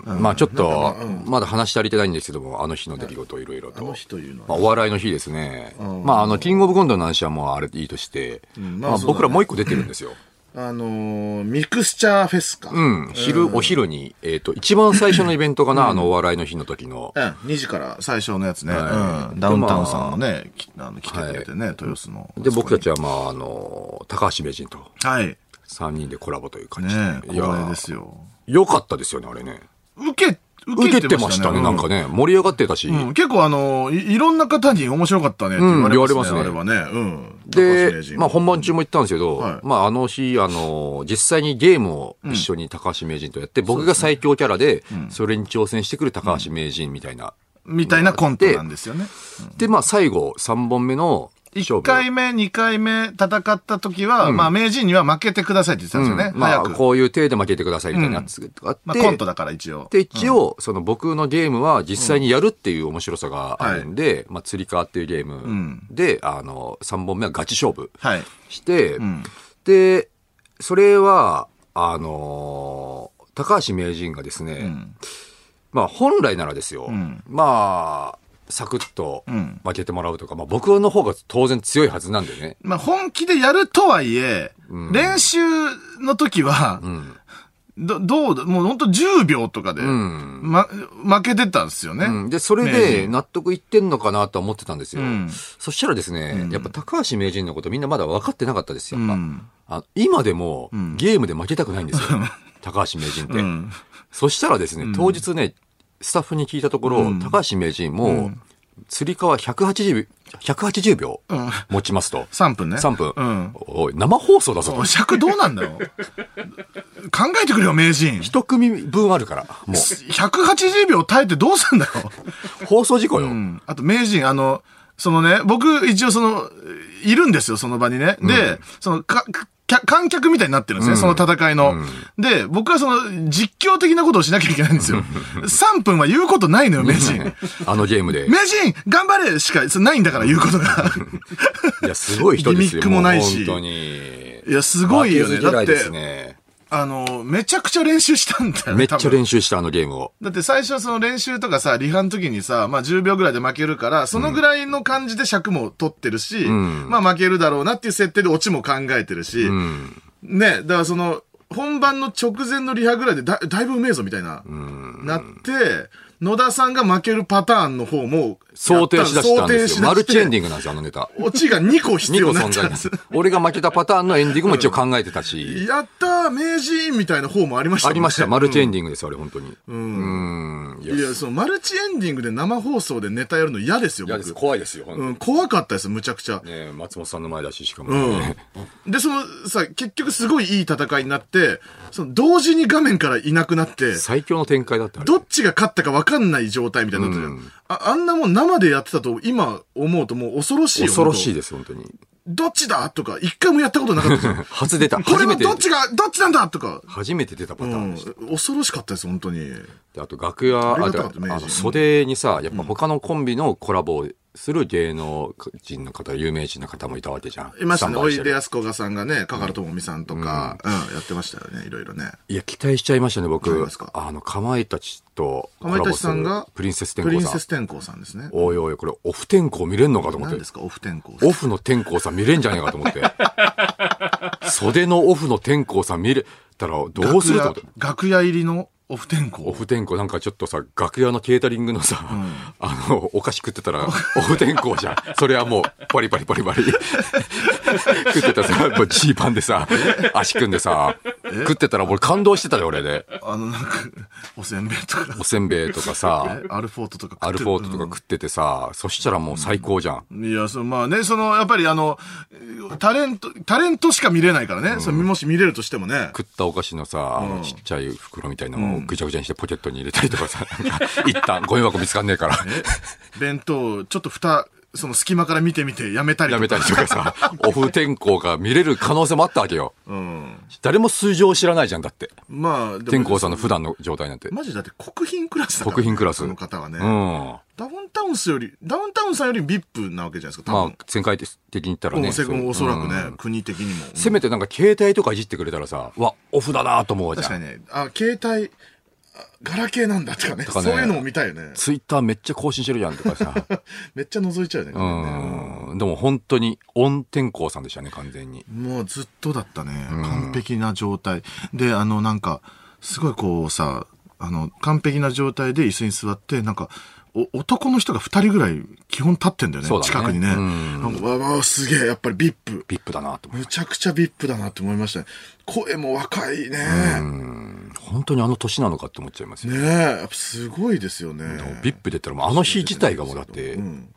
Speaker 2: まあちょっと、まだ話し足りてないんですけども、あの日の出来事いろいろと。
Speaker 1: あの日というのは
Speaker 2: まあお笑いの日ですね。まああの、キングオブコントの話はもうあれいいとして、
Speaker 1: まあ
Speaker 2: まあ
Speaker 1: そうだね
Speaker 2: 僕らもう一個出てるんで すよ。
Speaker 1: あのー、ミクスチャーフェスか。う
Speaker 2: う。ん。昼、お昼に、えっと、一番最初のイベントかな、あのお笑いの日の時の。
Speaker 1: 2時から最初のやつね。
Speaker 2: はい
Speaker 1: うんダウンタウンさんもね、きあの来てくれてね、豊洲の。
Speaker 2: で、僕たちはまああの、高橋名人と
Speaker 1: はい。
Speaker 2: 3人でコラボという感じ
Speaker 1: ねえ、
Speaker 2: で。いや
Speaker 1: 光栄ですよ。
Speaker 2: 良かったですよね、あれね。
Speaker 1: 受け、
Speaker 2: 受けてましたね、なんか
Speaker 1: ね。
Speaker 2: ね。盛り上がってたし。
Speaker 1: うん結構あのい、いろんな方に面白かったねって言われますね。あれ
Speaker 2: うん言
Speaker 1: は
Speaker 2: わ
Speaker 1: ね。うん。高橋名
Speaker 2: で、
Speaker 1: 人
Speaker 2: まあ本番中も言ったんですけど、
Speaker 1: はい
Speaker 2: まああの日、あの、実際にゲームを一緒に高橋名人とやって、僕が最強キャラで、それに挑戦してくる高橋名人みたいな。
Speaker 1: みたいなコントなんですよね。
Speaker 2: で、まあ最後、3本目の勝
Speaker 1: 1
Speaker 2: 負。
Speaker 1: 回目、2回目戦った時は、まあ名人には負けてくださいって言ってたんですよね。
Speaker 2: うんまあ
Speaker 1: 早く。
Speaker 2: こういう体で負けてくださいみたいなやつがあって、
Speaker 1: まあコントだから一応。
Speaker 2: で、一応、その僕のゲームは実際にやるっていう面白さがあるんで、まあ、釣り革っていうゲーム
Speaker 1: ん
Speaker 2: で、あの、3本目はガチ勝負
Speaker 1: はい。
Speaker 2: して、
Speaker 1: ん
Speaker 2: で、それは、あのー高橋名人がですね、
Speaker 1: うん。
Speaker 2: まあ本来ならですよ、
Speaker 1: ん
Speaker 2: まあ、サクッと
Speaker 1: うん
Speaker 2: 負けてもらうとか、まあ僕の方が当然強いはずなんでね。
Speaker 1: まあ本気でやるとはいえ、練習の時は、
Speaker 2: うん。
Speaker 1: ど、どうだ、もう本当10秒とかで、
Speaker 2: ん
Speaker 1: ま、負けてたんですよね。
Speaker 2: うんで、それ
Speaker 1: 名
Speaker 2: で
Speaker 1: 人
Speaker 2: 納得いってんのかなとは思ってたんですよ。
Speaker 1: うん
Speaker 2: そしたらですね、やっぱ高橋名人のことみんなまだ分かってなかったですよ。やっぱ
Speaker 1: うん
Speaker 2: あ今でも、ゲームで負けたくない んですよ。高橋名人って。
Speaker 1: ん
Speaker 2: そしたらですね、当日ね、スタッフに聞いたところ、高橋名人も、釣り革180、180秒持ちますと。
Speaker 1: 3分ね。
Speaker 2: 3分、
Speaker 1: うん。
Speaker 2: おい、生放送だぞと
Speaker 1: お。尺どうなん だよ。考えてくれよ、名人。
Speaker 2: 一組分あるから、もう、
Speaker 1: 180秒耐えてどうすんだよ。
Speaker 2: 放送事故よ。
Speaker 1: うんあと名人、あの、そのね、僕一応その、いるんですよ、その場にね。で、その、か、か観客みたいになってるんですね、その戦いの、で、僕はその、実況的なことをしなきゃいけないん ですよ。3分は言うことないのよ、名人。
Speaker 2: あのゲーム で。
Speaker 1: 名人頑張れしかそないんだから言うこと が。
Speaker 2: いや、すごい人ですよ。
Speaker 1: ギミックもないし
Speaker 2: う本当に。
Speaker 1: いや、すごいよね。
Speaker 2: 負けず嫌
Speaker 1: だっ
Speaker 2: い
Speaker 1: て
Speaker 2: で、すね。
Speaker 1: あの、めちゃくちゃ練習したんだよね
Speaker 2: めっち
Speaker 1: 多
Speaker 2: ゃ
Speaker 1: 分
Speaker 2: 練習した、あのゲームを。
Speaker 1: だって最初はその練習とかさ、リハの時にさ、まあ10秒ぐらいで負けるから、そのぐらいの感じで尺も取ってるし、まあ負けるだろうなっていう設定でオチも考えてるし、ね、だからその、本番の直前のリハぐらいでだだいぶうめえぞみたいな、なって、野田さんが負けるパターンの方も、
Speaker 2: 想定しだしたんですよ。マルチエンディ
Speaker 1: ン
Speaker 2: ングなんですよ、あのネタ。
Speaker 1: グ。オチが2個必
Speaker 2: 2
Speaker 1: 要
Speaker 2: 個
Speaker 1: にな
Speaker 2: 存
Speaker 1: っちゃ
Speaker 2: 在
Speaker 1: うで
Speaker 2: なんんですす。 俺が負けたパターンのエンディングも一応考えてたし。
Speaker 1: やったー、名人みたいな方もありました
Speaker 2: あ
Speaker 1: もんね
Speaker 2: りました。マルチエンディングですよ、あれ、本当に。うん。いや
Speaker 1: いや、そのマルチエンディングで生放送でネタやるの嫌ですよ、
Speaker 2: 嫌
Speaker 1: 僕
Speaker 2: です。。怖いですよ、本当
Speaker 1: う
Speaker 2: に。
Speaker 1: ん、怖かったです、むちゃくちゃ。
Speaker 2: ね松本さんの前だし、しかも
Speaker 1: う
Speaker 2: ね。
Speaker 1: ん。で、そのさ、結局すごいいい戦いになって、その同時に画面からいなくなって、
Speaker 2: 最強の展開だった。あれ
Speaker 1: どっちが勝ったか分かんない状態みたいになってる、あ。あんなもん生でやってたと今思うともう恐ろしいよ
Speaker 2: 恐ろしい
Speaker 1: 本
Speaker 2: です、本当に。
Speaker 1: 当どっちだとか、一回もやったことなかったです
Speaker 2: 初出た。
Speaker 1: これ
Speaker 2: 初
Speaker 1: は
Speaker 2: めて
Speaker 1: どっ。ちが、どっちなんだとか。
Speaker 2: 初めて出たパタ
Speaker 1: う
Speaker 2: ーン
Speaker 1: ん
Speaker 2: でした。、
Speaker 1: 恐ろしかったです、本当に。
Speaker 2: であと楽屋、
Speaker 1: あり
Speaker 2: あ
Speaker 1: が
Speaker 2: で
Speaker 1: た
Speaker 2: あ
Speaker 1: かった明治
Speaker 2: の袖にさ、やっぱ他のコンビのコラボをする芸能人の方、有名人の方もいたわけじゃん。
Speaker 1: いました
Speaker 2: ス
Speaker 1: ね。
Speaker 2: タンバ
Speaker 1: お
Speaker 2: イし
Speaker 1: い
Speaker 2: て
Speaker 1: で
Speaker 2: る
Speaker 1: やすこがさんがね、かかるともみさんとか、うん、やってましたよね、いろいろね。
Speaker 2: いや、期待しちゃいましたね、
Speaker 1: 何
Speaker 2: 僕
Speaker 1: ですか。
Speaker 2: あの、かまいたちと
Speaker 1: か
Speaker 2: コラ
Speaker 1: まい
Speaker 2: ボ
Speaker 1: たち
Speaker 2: す
Speaker 1: さ
Speaker 2: る
Speaker 1: んが、
Speaker 2: プリンセス天
Speaker 1: プリ
Speaker 2: 功
Speaker 1: ン
Speaker 2: さ
Speaker 1: セ
Speaker 2: ん
Speaker 1: ス。天功さんですね。
Speaker 2: おいおい、これオフ天功見れんのかと思っ
Speaker 1: 何
Speaker 2: て
Speaker 1: で。すか、オフ天功さん。
Speaker 2: オフの天功さん見れんじゃねえかと思って。袖のオフの天功さん見れたらどうすると思っ
Speaker 1: 楽。
Speaker 2: て
Speaker 1: 屋楽屋入りのオフ天候
Speaker 2: オフ天候なんかちょっとさ、楽屋のケータリングのさ、あの、お菓子食ってたら、オフ天候じゃん。それはもう、パリパリパリパリ。食ってたらさ、もうジーパンでさ、足組んでさ、食ってたら俺感動してたよ、俺で。
Speaker 1: あの、なんか、おせんべいと か、
Speaker 2: おせんべいとかさ
Speaker 1: え、アルフォートとか
Speaker 2: アルフォートとか食っててさ、そしたらもう最高じゃん。
Speaker 1: うんいや、そのまあね、その、やっぱりあの、タレント、タレントしか見れないからね。そのもし見れるとしてもね。
Speaker 2: 食ったお菓子のさ、あのちっちゃい袋みたいなのをぐちゃぐちゃにしてポケットに入れたりとかさ、 なんか一旦ゴミ箱見つかんねえから。
Speaker 1: 弁当、ちょっと蓋、その隙間から見てみて、やめたり
Speaker 2: や
Speaker 1: と
Speaker 2: め
Speaker 1: か。
Speaker 2: たりとかさ、 オフ天候が見れる可能性もあったわけよ。
Speaker 1: うん。
Speaker 2: 誰も素性を知らないじゃん、だって。
Speaker 1: まあ、でも
Speaker 2: 天候さんの普段の状態なんて。
Speaker 1: マジだって国賓クラスだから
Speaker 2: 国賓クラス。
Speaker 1: その方はね。
Speaker 2: うん。ま
Speaker 1: ダウンタウンスより、ダウンタウンさんより VIP なわけじゃないですか、多
Speaker 2: あ
Speaker 1: 分。、
Speaker 2: 全界的に言ったら
Speaker 1: ま
Speaker 2: ね。
Speaker 1: あ、
Speaker 2: そう
Speaker 1: おそらくね、
Speaker 2: うん
Speaker 1: 国的にも。
Speaker 2: せめてなんか携帯とかいじってくれたらさ、うわ、オフだなと思うじ
Speaker 1: 確
Speaker 2: ゃ
Speaker 1: かに
Speaker 2: ん。
Speaker 1: ね、あ、携帯、あガラケーなんだとかね、
Speaker 2: とかね
Speaker 1: そういうのも見たいよね。
Speaker 2: ツイッターめっちゃ更新してるじゃんとかさ。
Speaker 1: めっちゃ覗い ちゃうよね。
Speaker 2: うん。でも本当に、温天候さんでしたね、完全に。
Speaker 1: もうずっとだったね。完璧な状態。で、あの、なんか、すごいこうさ、あの、完璧な状態で椅子に座って、なんか、お男の人が二人ぐらい基本立ってんだよね、
Speaker 2: そうだね
Speaker 1: 近くにね。
Speaker 2: うん
Speaker 1: なんかわわすげえ、やっぱり VIP。
Speaker 2: ビップだなと思う。
Speaker 1: むちゃくちゃ VIP だなって思いましたね。声も若いね。
Speaker 2: 本当にあの年なのかって思っちゃいますよ。
Speaker 1: ねえ、やっぱすごいですよね。
Speaker 2: ビップで言ったらもうあの日自体がもうだって
Speaker 1: う、ん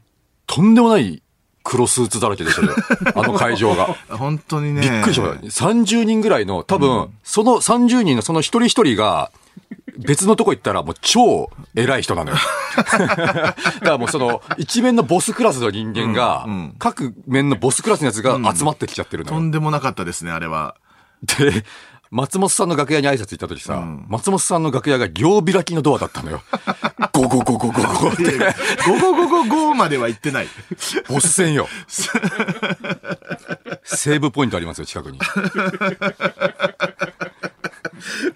Speaker 2: とんでもない黒スーツだらけで したよ。あの会場が。
Speaker 1: 本当にね。
Speaker 2: びっくりしました。30人ぐらいの、多分、その30人のその一人一人が、別のとこ行ったらもう超偉い人 なのよ。だからもうその一面のボスクラスの人間が、各面のボスクラスのやつが集まってきちゃってるのよ。
Speaker 1: とんでもなかったですね、あれ は。
Speaker 2: で、松本さんの楽屋に挨拶行った時さ、松本さんの楽屋が両開きのドアだったの よ。ゴゴゴゴゴゴっ
Speaker 1: いや
Speaker 2: て、
Speaker 1: 午後午後午後までは行ってない。
Speaker 2: ボス戦 よ。セーブポイントありますよ、近くに。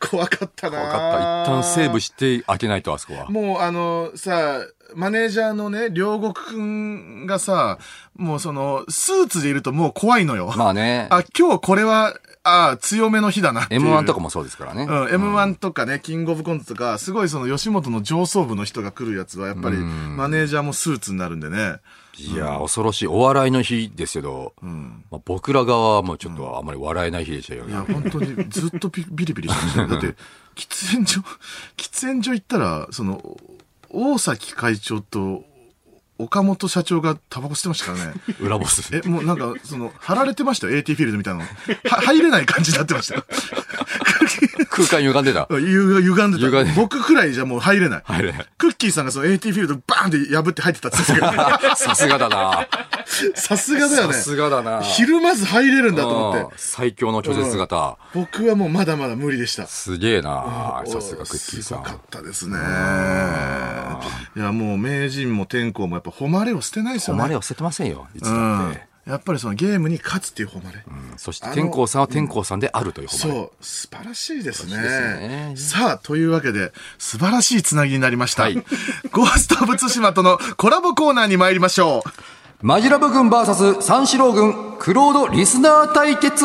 Speaker 1: 怖かっったな
Speaker 2: 怖かった。一旦セーブして開けないと、あそこは。
Speaker 1: もうあのさ、マネージャーのね、両国くんがさ、もうその、スーツでいるともう怖いのよ。
Speaker 2: まあね、
Speaker 1: あ、今日これは、あ強めの日だなっていう。
Speaker 2: M1 とかもそうですからね。
Speaker 1: うん、M1 とかね、キングオブコントとか、すごいその吉本の上層部の人が来るやつは、やっぱりマネージャーもスーツになるんでね。
Speaker 2: いやー、恐ろしい。お笑いの日ですけど、まあ、僕ら側はもうちょっとあまり笑えない日でしたよ
Speaker 1: い
Speaker 2: ね。
Speaker 1: や、本当にずっとビビリビリしてましたよ。だって、喫煙所、喫煙所行ったら、その、大崎会長と岡本社長がタバコ吸ってましたからね。
Speaker 2: 裏ボス。
Speaker 1: え、もうなんか、その、貼られてましたよ。AT フィールドみたいなの。は入れない感じになってましたよ。
Speaker 2: 空間歪んでた。
Speaker 1: ゆ歪んでた。
Speaker 2: 歪んで
Speaker 1: 僕くらいじゃもう入れない。
Speaker 2: 入れない
Speaker 1: クッキーさんがその AT フィールドバーンって破って入ってたって言ってたけ
Speaker 2: さすがだ
Speaker 1: ど
Speaker 2: な。
Speaker 1: さすがだよね。
Speaker 2: さすがだな。
Speaker 1: 昼まず入れるんだと思っ
Speaker 2: う
Speaker 1: て
Speaker 2: ん。最強の拒絶型。
Speaker 1: 僕はもうまだまだ無理でした。
Speaker 2: すげえな。さすがクッキー
Speaker 1: す
Speaker 2: さ
Speaker 1: ごか
Speaker 2: ん
Speaker 1: っ。たですね。いや、もう名人も天功もやっぱ誉れを捨てないですよね。
Speaker 2: 誉れを捨ててませんよ。いつだっ
Speaker 1: うん
Speaker 2: て。。
Speaker 1: やっぱりそのゲームに勝つっていう誉れ。
Speaker 2: そして天功さんは天功さんであるという誉れ。
Speaker 1: そう、素晴らしいですね。
Speaker 2: 素晴らしいですね
Speaker 1: さあ、というわけで、素晴らしいつなぎになりました。ゴースト・オブ・ツシマとのコラボコーナーに参りましょう。
Speaker 2: マジラブ軍 VS 三四郎軍、クロードリスナー対決。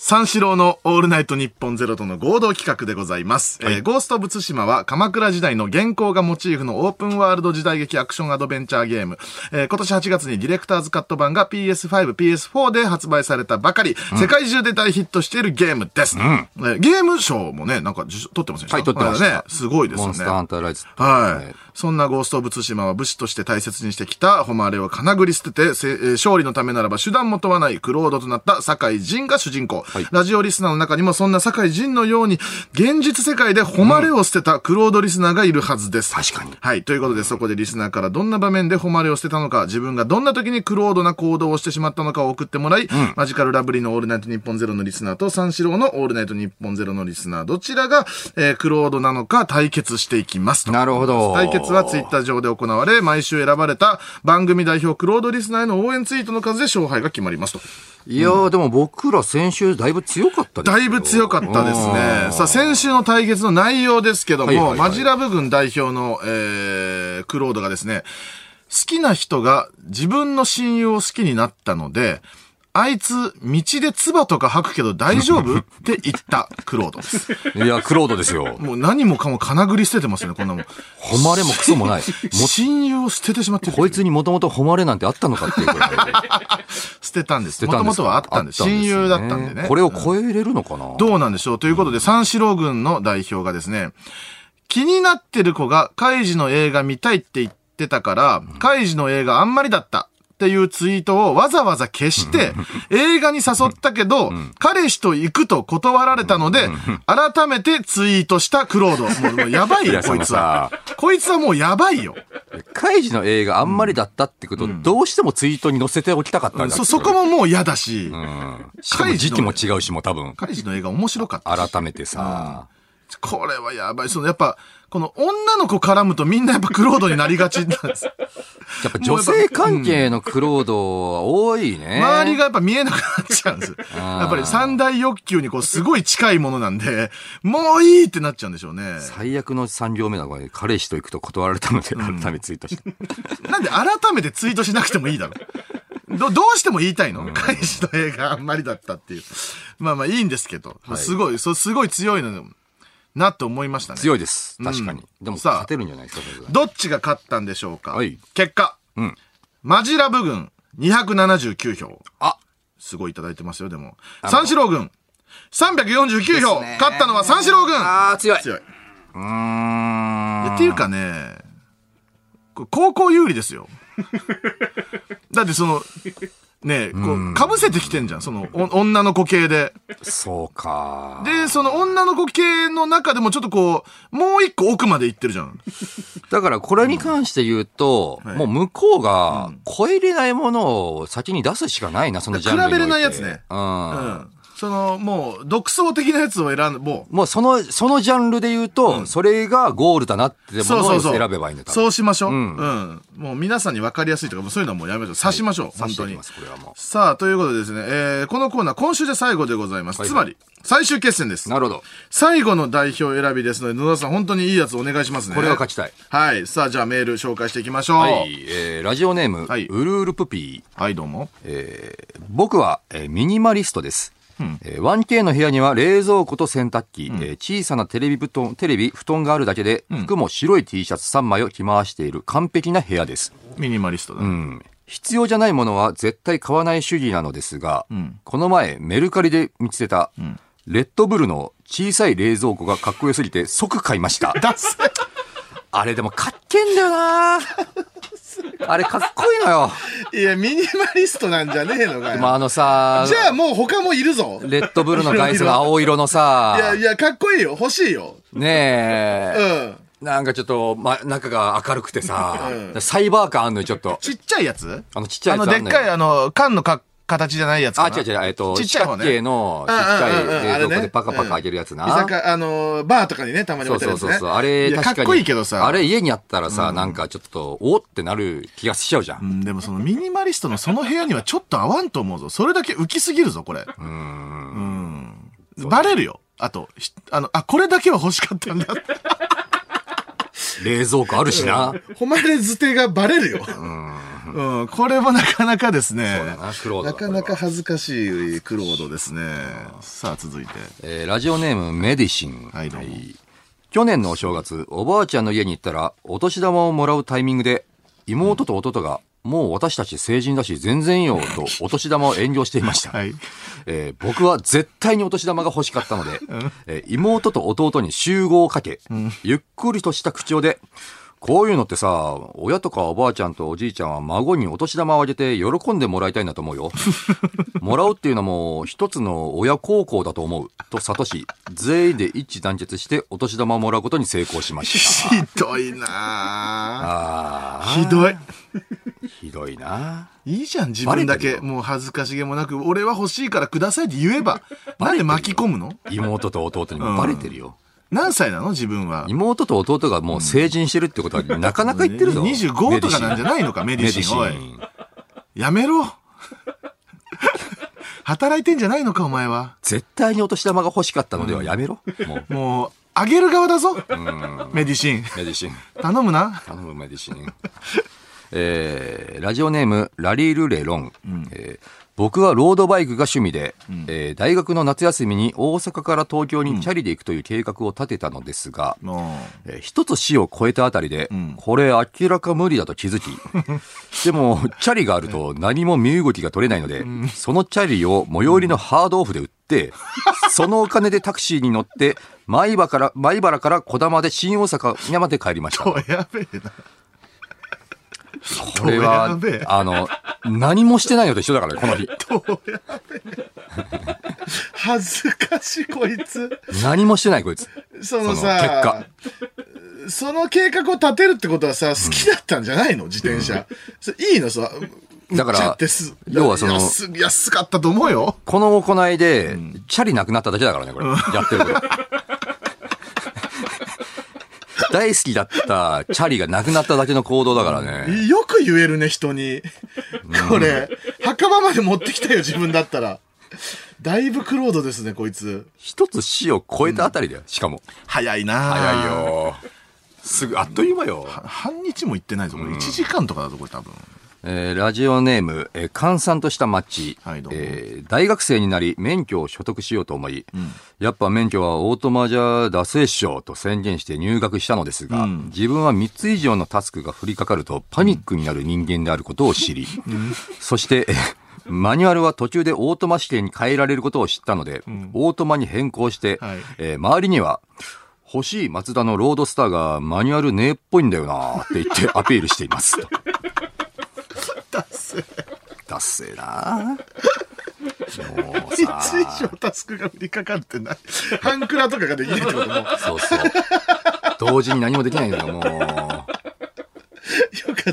Speaker 1: 三四郎のオールナイト日本ゼロとの合同企画でございます。えーゴースト・オブ・ツシマは鎌倉時代の原稿がモチーフのオープンワールド時代劇アクションアドベンチャーゲーム。えー今年8月にディレクターズカット版が PS5、PS4 で発売されたばかり、世界中で大ヒットしているゲームです。えーゲーム賞もね、なんか受賞取ってませんでした
Speaker 2: はい、取ってまし
Speaker 1: これね
Speaker 2: た。
Speaker 1: すごいですよね。
Speaker 2: モンスターハンターライズ。
Speaker 1: はい
Speaker 2: ね。
Speaker 1: そんなゴースト・オブ・ツシマは武士として大切にしてきた誉れをかなぐり捨てて、せえー勝利のためならば手段も問わないクロードとなった酒井仁が主人公。
Speaker 2: い
Speaker 1: ラジオリスナーの中にもそんな酒井仁のように、現実世界で誉れを捨てたクロードリスナーがいるはずです。
Speaker 2: 確かに
Speaker 1: はい。ということで、そこでリスナーからどんな場面で誉れを捨てたのか、自分がどんな時にクロードな行動をしてしまったのかを送ってもらい、マジカルラブリーのオールナイトニッポンゼロのリスナーと三四郎のオールナイトニッポンゼロのリスナー、どちらが、えークロードなのか対決していきますと。
Speaker 2: なるほど
Speaker 1: 対決はツイッター上で行われ、毎週選ばれた番組代表クロードリスナーへの応援ツイートの数で勝敗が決まりますと。
Speaker 2: いやー、でも僕ら先週だいぶ強かったですよ
Speaker 1: だいぶ強かったですね。さあ、先週の対決の内容ですけども、
Speaker 2: はいはいはい
Speaker 1: マジラブ軍代表の、えー、クロードがですね、好きな人が自分の親友を好きになったので、あいつ、道で唾とか吐くけど大丈夫って言ったクロードです。
Speaker 2: いや、クロードですよ。
Speaker 1: もう何もかもかなぐり捨ててますよね、こんなもん。
Speaker 2: 誉れもクソも ない。も
Speaker 1: 親友を捨ててしまってる
Speaker 2: こいつにもともと誉れなんてあったのかっていうぐらい。
Speaker 1: 捨てたんです。
Speaker 2: 出
Speaker 1: も
Speaker 2: た
Speaker 1: と
Speaker 2: んで
Speaker 1: も
Speaker 2: すか
Speaker 1: とはあったんです。親友だったんでね。
Speaker 2: これを超えれるのかな、
Speaker 1: どうなんでしょうということで、三四郎軍の代表がですね、気になってる子がカイジの映画見たいって言ってたから、カイジの映画あんまりだった。っていうツイートをわざわざ消して、映画に誘ったけど、彼氏と行くと断られたので、改めてツイートしたクロード。もうもうやばい
Speaker 2: い
Speaker 1: よ、
Speaker 2: や
Speaker 1: こいつは
Speaker 2: その。
Speaker 1: こいつはもうやばいよ。
Speaker 2: カイジの映画あんまりだったってこと、どうしてもツイートに載せておきたかったんだ
Speaker 1: そ、そこ
Speaker 2: も。
Speaker 1: ももう嫌だし、
Speaker 2: しかも時期も違うしもう多分、
Speaker 1: カイジの映画面白かったし。
Speaker 2: 改めてさ、
Speaker 1: これはやばい。その、やっぱ、この女の子絡むとみんなやっぱクロードになりがちなんです。
Speaker 2: やっぱ女性関係のクロードは多いね。
Speaker 1: 周りがやっぱ見えなくなっちゃうんです。
Speaker 2: ー
Speaker 1: やっぱり三大欲求にこうすごい近いものなんで、もういいってなっちゃうんでしょうね。
Speaker 2: 最悪の3行目だから、彼氏と行くと断られた ので、改めてツイートした。
Speaker 1: なんで改めてツイートしなくてもいいだろう。ど、どうしても言いたいの、彼氏の映画あんまりだったっていう。まあまあいいんですけど、
Speaker 2: い
Speaker 1: すごい、そうすごい強いのなって思いましたね。
Speaker 2: 強いです。確かに。
Speaker 1: うん
Speaker 2: でも、
Speaker 1: さあ
Speaker 2: 勝てるんじゃないですか、それが
Speaker 1: どっちが勝ったんでしょうか、
Speaker 2: はい
Speaker 1: 結果、
Speaker 2: ん
Speaker 1: マジラブ軍279票。
Speaker 2: あ
Speaker 1: すごいいただいてますよ、でも。三四郎軍349票、勝ったのは三四郎軍
Speaker 2: あー、強い。
Speaker 1: 強い。
Speaker 2: うーん。
Speaker 1: っていうかね、これ高校有利 ですよ。だってその、ねこう、かぶせてきてんじゃん、その、お女の子系で。
Speaker 2: そうか。
Speaker 1: で、その女の子系の中でもちょっとこう、もう一個奥まで行ってるじゃん。
Speaker 2: だからこれに関して言うと、
Speaker 1: はい
Speaker 2: もう向こうが超えれないものを先に出すしかないな、そのジャンルにおいて。
Speaker 1: 比べれないやつね
Speaker 2: うん。
Speaker 1: うん。その、もう、独創的なやつを選んもう、
Speaker 2: もうその、そのジャンルで言うと、それがゴールだなっても
Speaker 1: そう
Speaker 2: の
Speaker 1: そ
Speaker 2: を
Speaker 1: うそう。
Speaker 2: 選べばいいんだ多分
Speaker 1: そうしましょう。うん。もう皆さんに分かりやすいとか、もうそういうのはもうやめましょう。刺しましょう。本
Speaker 2: 刺して
Speaker 1: 当
Speaker 2: いき
Speaker 1: に
Speaker 2: ま。す、これはも
Speaker 1: さあ、ということでですね、えー、このコーナー、今週で最後でございます。
Speaker 2: はい
Speaker 1: つまり、最終決戦です
Speaker 2: う。な。るほど。
Speaker 1: 最後の代表選びですので、野田さん、本当にいいやつお願いしますね。
Speaker 2: これは勝ちたい。
Speaker 1: はい。さあ、じゃあメール紹介していきましょう。は。
Speaker 2: はいい、えーラジオネーム、
Speaker 1: はいう
Speaker 2: るうるぷぴー。
Speaker 1: どうも。
Speaker 2: 僕は、えーミニマリストです。えー 1K の部屋には冷蔵庫と洗濯機、えー小さなテレビ布団、テレビ、布団があるだけで、服も白い T シャツ3枚を着回している完璧な部屋です。
Speaker 1: ミニマリストだ、
Speaker 2: うん必要じゃないものは絶対買わない主義なのですが、この前メルカリで見つけた、レッドブルの小さい冷蔵庫がかっこよすぎて即買いました。あれでもかっけんだよなあれかっこいいのよ。
Speaker 1: いや、ミニマリストなんじゃねえのか
Speaker 2: で
Speaker 1: よ。
Speaker 2: もあのさ、
Speaker 1: じゃあもう他もいるぞ。
Speaker 2: レッドブルの外装が青色の
Speaker 1: いや
Speaker 2: さ、
Speaker 1: いや、かっこいいよ。欲しいよ。
Speaker 2: ね
Speaker 1: う
Speaker 2: え、
Speaker 1: ん。
Speaker 2: なんかちょっと、ま、中が明るくてさ、
Speaker 1: う
Speaker 2: サイバー感あんのよ、ちょっと。
Speaker 1: ちっちゃいやつ
Speaker 2: あのちっちゃいやつ
Speaker 1: あの、でっかい、あの、缶のか形じゃないやつか
Speaker 2: あ、
Speaker 1: な
Speaker 2: 違う違う、えっと、
Speaker 1: ちっちゃい方ね
Speaker 2: 四角形のちっち
Speaker 1: うんうんうん
Speaker 2: ゃい冷
Speaker 1: あれ
Speaker 2: 蔵庫
Speaker 1: ね
Speaker 2: でパカパカ開けるやつな。
Speaker 1: 居酒屋あのーバーとかにね、たまに
Speaker 2: そ
Speaker 1: 置
Speaker 2: う
Speaker 1: いて
Speaker 2: そ
Speaker 1: ある
Speaker 2: うそう
Speaker 1: やつ
Speaker 2: そ
Speaker 1: ね。
Speaker 2: う。あれ、
Speaker 1: いや
Speaker 2: 確かに。
Speaker 1: かっこいいけどさ。
Speaker 2: あれ、家にあったらさ、なんかちょっと、おってなる気がしちゃうじゃ。
Speaker 1: うんんでもそのミニマリストのその部屋にはちょっと合わんと思うぞ。それだけ浮きすぎるぞ、これ。うん。バレるよ。あと、ひあの、あ、これだけは欲しか ったんだって。
Speaker 2: 冷蔵庫あるしな。
Speaker 1: 誉れ捨てがバレるよ。うん。これもなかなかですね。
Speaker 2: だなクロード
Speaker 1: な
Speaker 2: だこれ
Speaker 1: か
Speaker 2: は
Speaker 1: なか恥ずかしいクロードですね。さあ、続いて。
Speaker 2: えーラジオネーム、メディシン。
Speaker 1: はいどうも
Speaker 2: 去年のお正月、おばあちゃんの家に行ったら、お年玉をもらうタイミングで、妹と弟が、もう私たち成人だし全然いいよとお年玉を遠慮していました。
Speaker 1: はい。
Speaker 2: えー僕は絶対にお年玉が欲しかったの で、えー妹と弟に集合をかけ、ゆっくりとした口調で、こういうのってさ、親とかおばあちゃんとおじいちゃんは孫にお年玉をあげて喜んでもらいたいんだと思 うよ。もらうっていうのも一つの親孝行だと思う。と悟し、全員で一致団結してお年玉をもらうことに成功しまし
Speaker 1: ひどいなぁ
Speaker 2: た。あ
Speaker 1: ひどい。
Speaker 2: ーひどいな。
Speaker 1: いいじゃん、自分だ
Speaker 2: バレ
Speaker 1: け。
Speaker 2: てる
Speaker 1: もう恥ずかしげもなく、俺は欲しいからくださいって言え ば、なんで巻き込むの
Speaker 2: 妹と弟にもバレてるよ。
Speaker 1: 何歳なの自分は。
Speaker 2: 妹と弟がもう成人してるってことはなかなか言ってるぞ。
Speaker 1: 25とかなんじゃ
Speaker 2: い
Speaker 1: ないのか、メ
Speaker 2: メ
Speaker 1: デ
Speaker 2: ディ
Speaker 1: ィ
Speaker 2: シ
Speaker 1: シン。
Speaker 2: ン。
Speaker 1: お
Speaker 2: メ
Speaker 1: い
Speaker 2: ディ。シン
Speaker 1: やめろ。 働いてんじゃないのか、お前は。
Speaker 2: 絶対にお年玉が欲しかったのではやめ ろ。もう。
Speaker 1: もう、あげる側だぞ。メディシン。
Speaker 2: メディシン。
Speaker 1: 頼むな。
Speaker 2: 頼む、メディシン。えーラジオネーム、ラリルレロン。えー僕はロードバイクが趣味で、えー大学の夏休みに大阪から東京にチャリで行くという計画を立てたのですが、
Speaker 1: も
Speaker 2: えー一つ死を超えたあたりで、これ明らか無理だと気づき、でも、チャリがあると何も身動きが取れないので、そのチャリを最寄りのハードオフで売って、そのお金でタクシーに乗って、米原から、米原から小玉で新大阪まで帰りまし た。こ
Speaker 1: う、やべえな。
Speaker 2: れ
Speaker 1: ど
Speaker 2: は
Speaker 1: うやべえ、
Speaker 2: あの、何もしてないのと一緒だからね、この日。
Speaker 1: 恥ずかしい、こいつ。
Speaker 2: 何もしてない、こいつ。
Speaker 1: そ
Speaker 2: の
Speaker 1: の
Speaker 2: さ
Speaker 1: さ、その計画を立てるってことはさ、好きだったんじゃないの自転車。それいいのさ。
Speaker 2: だから
Speaker 1: 売っちゃってす
Speaker 2: 要はその
Speaker 1: 安安かったと思うよ。
Speaker 2: この行いで、チャリなくなっただけだからね、これ。やってること。大好きだったチャリがなくなっただけの行動だからね。
Speaker 1: よく言えるね、人に。これ、墓場まで持ってきたよ、自分だったら。だいぶクロードですね、こいつ。
Speaker 2: 一つ死を超えたあたりだよ、しかも。
Speaker 1: 早いな
Speaker 2: 早い。よ。すぐ、あっという間よ。
Speaker 1: 半日も行ってないぞ、これ。1時間とかだぞ、これ多 分。
Speaker 2: えーラジオネーム、えー、閑散とした街、
Speaker 1: はいどうも
Speaker 2: えー大学生になり免許を取得しようと思い、やっぱ免許はオートマじゃ出せっしょと宣言して入学したのですが、自分は3つ以上のタスクが降りかかるとパニックになる人間であることを知り、そして、えーマニュアルは途中でオートマ試験に変えられることを知ったので、オートマに変更して、
Speaker 1: はい
Speaker 2: えー周りには、欲しいマツダのロードスターがマニュアルねえっぽいんだよなって言ってアピールしています。と達成な もう
Speaker 1: 1
Speaker 2: さ
Speaker 1: 以上タスクが降りかかってない。半クラとかができないってことも。よ
Speaker 2: そうそう同時に何もできないんだよもう
Speaker 1: か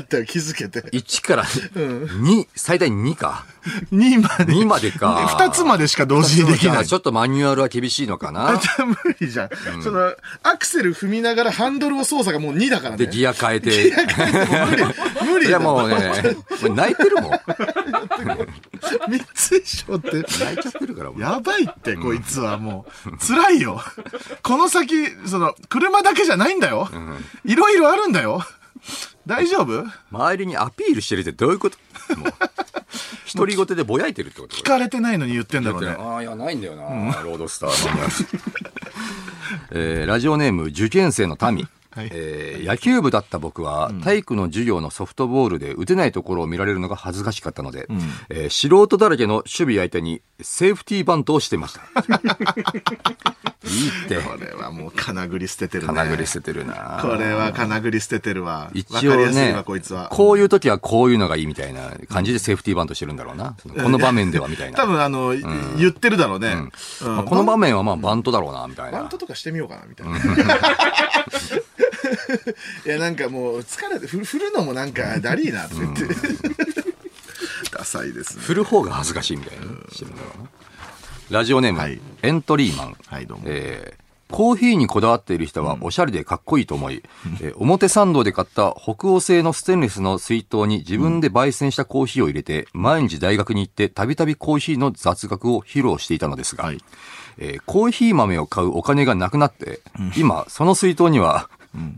Speaker 1: っやったら気づけて。
Speaker 2: 1から2、最大2か。
Speaker 1: 2まで。
Speaker 2: 2までか
Speaker 1: 2つまでしか同時にできない
Speaker 2: ち。ょっとマニュアルは厳しいのか な。
Speaker 1: じゃあ無理じゃん。その、アクセル踏みながらハンドルを操作がもう2だからね。
Speaker 2: で、ギア変えて。
Speaker 1: 無理
Speaker 2: い
Speaker 1: だ
Speaker 2: や
Speaker 1: よ
Speaker 2: もうね、もう泣いてるもん。
Speaker 1: 三つ以上って。
Speaker 2: 泣いちゃってるから、もう
Speaker 1: やばいって、こいつはもう。辛いよ。この先、その、車だけじゃないんだよ。いろいろあるんだよ。大丈夫
Speaker 2: 周りにアピールしてるってどういうこともう、独り言でぼやいてるってこと
Speaker 1: 聞かれてないのに言ってんだろうね。
Speaker 2: ああ、いや、ないんだよな、ロードスターの話。 えーラジオネーム、受験生の民。
Speaker 1: はい
Speaker 2: えー野球部だった僕は、体育の授業のソフトボールで打てないところを見られるのが恥ずかしかったので、えー素人だらけの守備相手にセーフティーバントをして ました。いいって、
Speaker 1: これはもう、金繰り捨ててるね。
Speaker 2: 金繰り捨ててるな。
Speaker 1: これは金繰り捨ててるわ。わ
Speaker 2: 一
Speaker 1: かり
Speaker 2: 応
Speaker 1: やすい
Speaker 2: ね
Speaker 1: わ、こいつは。
Speaker 2: こういう時はこういうのがいいみたいな感じでセーフティーバントしてるんだろうな。そのこの場面ではみたいな。
Speaker 1: 多分、あの、言ってるだろうね。うん
Speaker 2: まあこの場面はまあバントだろうな、みたい
Speaker 1: バン
Speaker 2: な
Speaker 1: ト。とかしてみようかな、みた いな。いや、なんかもう、疲れて、ふ振るのもなんか、だりーな、って言って。ダサいですね。
Speaker 2: 振る方が恥ずかしいみたいなね、してるんだろうな。ラジオネーム、
Speaker 1: はい
Speaker 2: エントリーマン。
Speaker 1: はいどうも
Speaker 2: えーコーヒーにこだわっている人はおしゃれでかっこいいと思い、えー表参道で買った北欧製のステンレスの水筒に自分で焙煎したコーヒーを入れて、毎日大学に行ってたびたびコーヒーの雑学を披露していたのですが、
Speaker 1: はい
Speaker 2: えーコーヒー豆を買うお金がなくなって、今、その水筒には、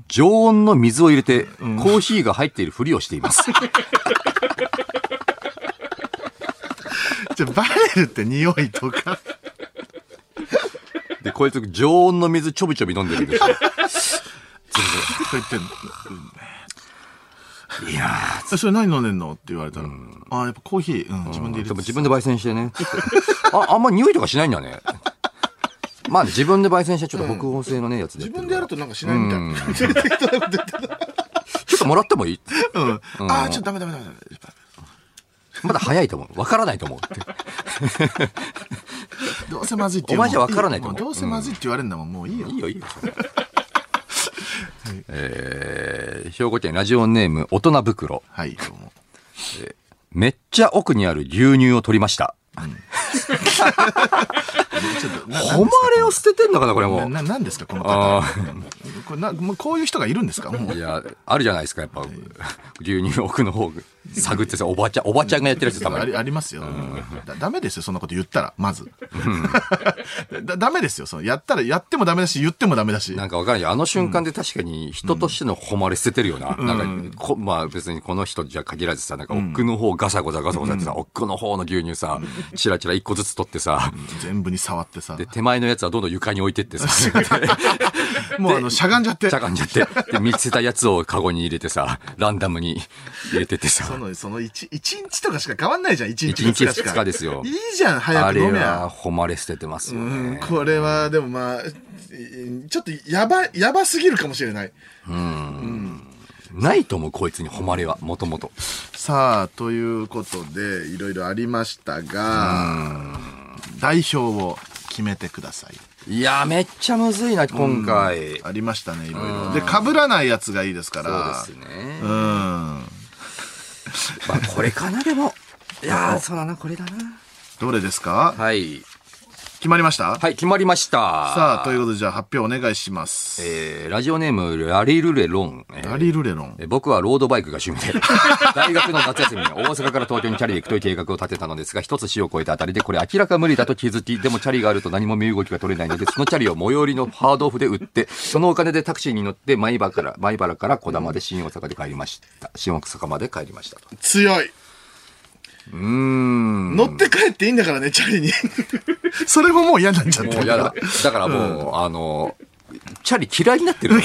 Speaker 2: 常温の水を入れて、コーヒーが入っているふりをしてい ます。
Speaker 1: じゃ、バレるって匂いと か。
Speaker 2: で、こいつ常温の水ちょびちょび飲んでるんですよ。
Speaker 1: と言ってんの。
Speaker 2: いやー
Speaker 1: えそれ何飲んでんのって言われたら。あ、やっぱコーヒー、うん、自分で入れて
Speaker 2: でも自分で焙煎してね。あ、あんま匂いとかしないんだね。まあ自分で焙煎してちょっと北欧製のね、やつで
Speaker 1: 自
Speaker 2: や
Speaker 1: 分
Speaker 2: ってる
Speaker 1: で
Speaker 2: か
Speaker 1: や
Speaker 2: ら。
Speaker 1: るとなんかしないみたいな。
Speaker 2: ちょっともらってもいい
Speaker 1: うん。 あー、ちょっとダメダメダメダメ。
Speaker 2: まだ早いと思う。わからないと思うって。
Speaker 1: どうせまずいって言う
Speaker 2: お前じゃ分からないと思う
Speaker 1: もどうせまずいって言われるんだもん、もういいよ。
Speaker 2: いいよ、いいよ。それえー、兵庫県ラジオネーム、大人袋。
Speaker 1: はい、どうも。
Speaker 2: めっちゃ奥にある牛乳を取りました。
Speaker 1: ちょっと、な
Speaker 2: 誉れを捨ててんのかな、これも
Speaker 1: な、なんですか、この
Speaker 2: あ
Speaker 1: 方。これな、もうこういう人がいるんですかも。
Speaker 2: う。いうや、あるじゃないですか、やっぱ。牛乳奥の方、探ってさ、おばちゃん、おばちゃんがやってるやつたま
Speaker 1: あ
Speaker 2: に
Speaker 1: り。ありますよ。だダメですよ、そんなこと言ったら、まず。だダメですよ、その、やったら、やってもダメだし、言ってもダメだし。
Speaker 2: なんかわかんない。あの瞬間で確かに人としての誉れ捨ててるよな。なんかこ、まあ別にこの人じゃ限らずさ、なんか奥の方ガサゴサガサゴサってさ、奥の方の牛乳さ、チラチラ一個ずつ取ってさ、
Speaker 1: 全部に触ってさ
Speaker 2: で、。手前のやつはどんどん床に置いてってさ、
Speaker 1: もう、あの、しゃがんじゃって
Speaker 2: し。ゃがんじゃって、で、見つけたやつをカゴに入れてさ、ランダムに入れてって
Speaker 1: そ
Speaker 2: さ、
Speaker 1: の、その一、一日とかしか変わんないじゃん、一日
Speaker 2: 一
Speaker 1: 二
Speaker 2: 日
Speaker 1: 日し
Speaker 2: 二
Speaker 1: か。
Speaker 2: 日ですよ
Speaker 1: いいじゃん、
Speaker 2: あ
Speaker 1: 早く
Speaker 2: れ
Speaker 1: 飲め
Speaker 2: は
Speaker 1: や。
Speaker 2: 誉れ捨ててますよ
Speaker 1: うん
Speaker 2: ね。
Speaker 1: これは、でもまあ、ちょっと、やば、やばすぎるかもしれない。
Speaker 2: ないと思う、こいつに誉れは、もともと。
Speaker 1: さあ、ということで、いろいろありましたが、代表を決めてください。
Speaker 2: いやー、めっちゃむずいな、今回。
Speaker 1: ありましたね、いろいろ。で、被らないやつがいいですから。
Speaker 2: そうですね。
Speaker 1: うん。
Speaker 2: ま あ、これかな、でも。いやー、そうだな、これだな。
Speaker 1: どれですか
Speaker 2: はい。
Speaker 1: 決まりました
Speaker 2: はい、決まりました。
Speaker 1: さあ、ということで、じゃあ発表お願いします。
Speaker 2: えー、ラジオネーム、ラリルレロン。えー
Speaker 1: ダリルレロン。
Speaker 2: えー僕はロードバイクが趣味で、 大学の夏休みに大阪から東京にチャリで行くという計画を立てたのですが、一つ死を越えたあたりで、これ明らか無理だと気づき、でもチャリがあると何も身動きが取れないので、そのチャリを最寄りのハードオフで売って、そのお金でタクシーに乗って、米原から、米原から小玉で新大阪で帰りました。新大阪まで帰りましたと。
Speaker 1: 強い。
Speaker 2: うーん。
Speaker 1: 乗って帰っていいんだからね、チャリに。 それももう嫌になっちゃって
Speaker 2: もうやだ。だからもう、あの、チャリ嫌いになってる。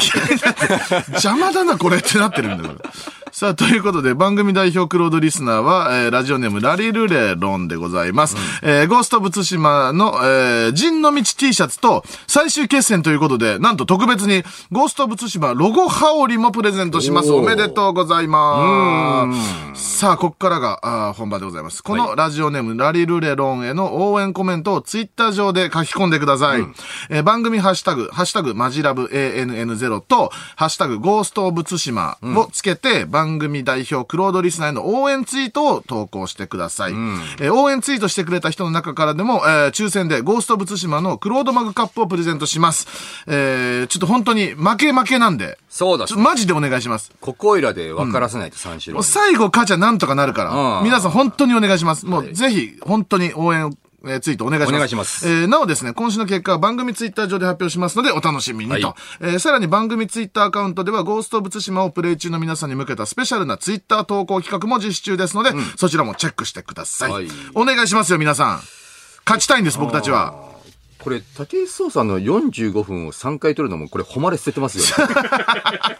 Speaker 1: 邪魔だな、これってなってるんだから。さあ、ということで、番組代表クロードリスナーは、えーラジオネームラリルレロンでございます。えーゴースト仏島の、えー、陣の道 T シャツと、最終決戦ということで、なんと特別に、ゴースト仏島ロゴ羽織もプレゼントします。
Speaker 2: おー
Speaker 1: おめでとうございます。さあ、ここからが、あー本番でございます。このラジオネーム、ラリルレロンへの応援コメントをツイッター上で書き込んでください。えー番組ハッシュタグ、ハッシュタグ、マジラブ ANN0 と、ハッシュタグ、ゴーストオブツシマをつけて、番番組代表、クロードリスナーへの応援ツイートを投稿してください。えー応援ツイートしてくれた人の中からでも、えー抽選でゴースト・オブ・ツシマのクロードマグカップをプレゼントします。えーちょっと本当に負け負けなんで、
Speaker 2: そうだ
Speaker 1: ちょっとマジでお願いします。
Speaker 2: ここいらで分からせないと三四郎
Speaker 1: もう
Speaker 2: に。
Speaker 1: 最後、カチャなんとかなるから、
Speaker 2: うん
Speaker 1: 皆さん本当にお願いします。もうぜひ、本当に応援を、えーツイートお願いします。
Speaker 2: お願いします
Speaker 1: えーなおですね、今週の結果は番組ツイッター上で発表しますので、お楽しみにと。
Speaker 2: はい
Speaker 1: えーさらに番組ツイッターアカウントでは、ゴースト・オブ・ツシマをプレイ中の皆さんに向けたスペシャルなツイッター投稿企画も実施中ですので、そちらもチェックしてください,、
Speaker 2: はい
Speaker 1: お願いしますよ、皆さん。勝ちたいんです、僕たちは。
Speaker 2: これ、武井壮さんの45分を3回取るのも、これ、誉れ捨ててます よね。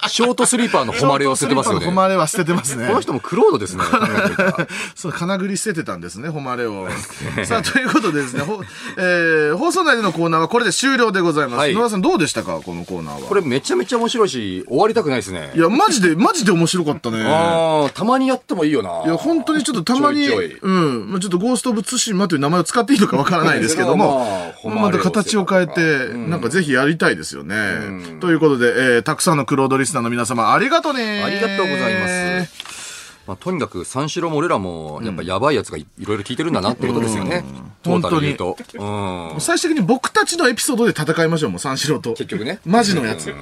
Speaker 2: ショートスリーパーの誉れを捨ててますよね。
Speaker 1: ホ
Speaker 2: こ
Speaker 1: マレは捨てて ますね。
Speaker 2: の人もクロードですね。考えてみたら
Speaker 1: そう、金繰り捨ててたんですね、誉れ を。さあ、ということでですね、ほ えー放送内でのコーナーはこれで終了でございます。
Speaker 2: はい
Speaker 1: 野田さんどうでしたかこのコーナーは。
Speaker 2: これめちゃめちゃ面白いし、終わりたくないですね。
Speaker 1: いや、マジで、マジで面白かったね。い
Speaker 2: ああ、たまにやってもいいよな。
Speaker 1: や、本当にちょっとたまに、
Speaker 2: ちょいちょい
Speaker 1: うん、まあちょっとゴースト・オブ・ツシマという名前を使っていいのかわからないですけども、
Speaker 2: まあ
Speaker 1: また形を変えて、
Speaker 2: うん
Speaker 1: なんかぜひやりたいですよね。ということで、えーたくさんのクロードリスナーの皆様、ありがとね
Speaker 2: ありがとうございます。まあ、とにかく三四郎も俺らも、やっぱやばいやつがいいろいろ聞いてるんだなってことですよね。
Speaker 1: うん
Speaker 2: トータルで言うと。うん。
Speaker 1: 最終的に僕たちのエピソードで戦いましょう、もう三四郎と。
Speaker 2: 結局ね
Speaker 1: マジのやつ。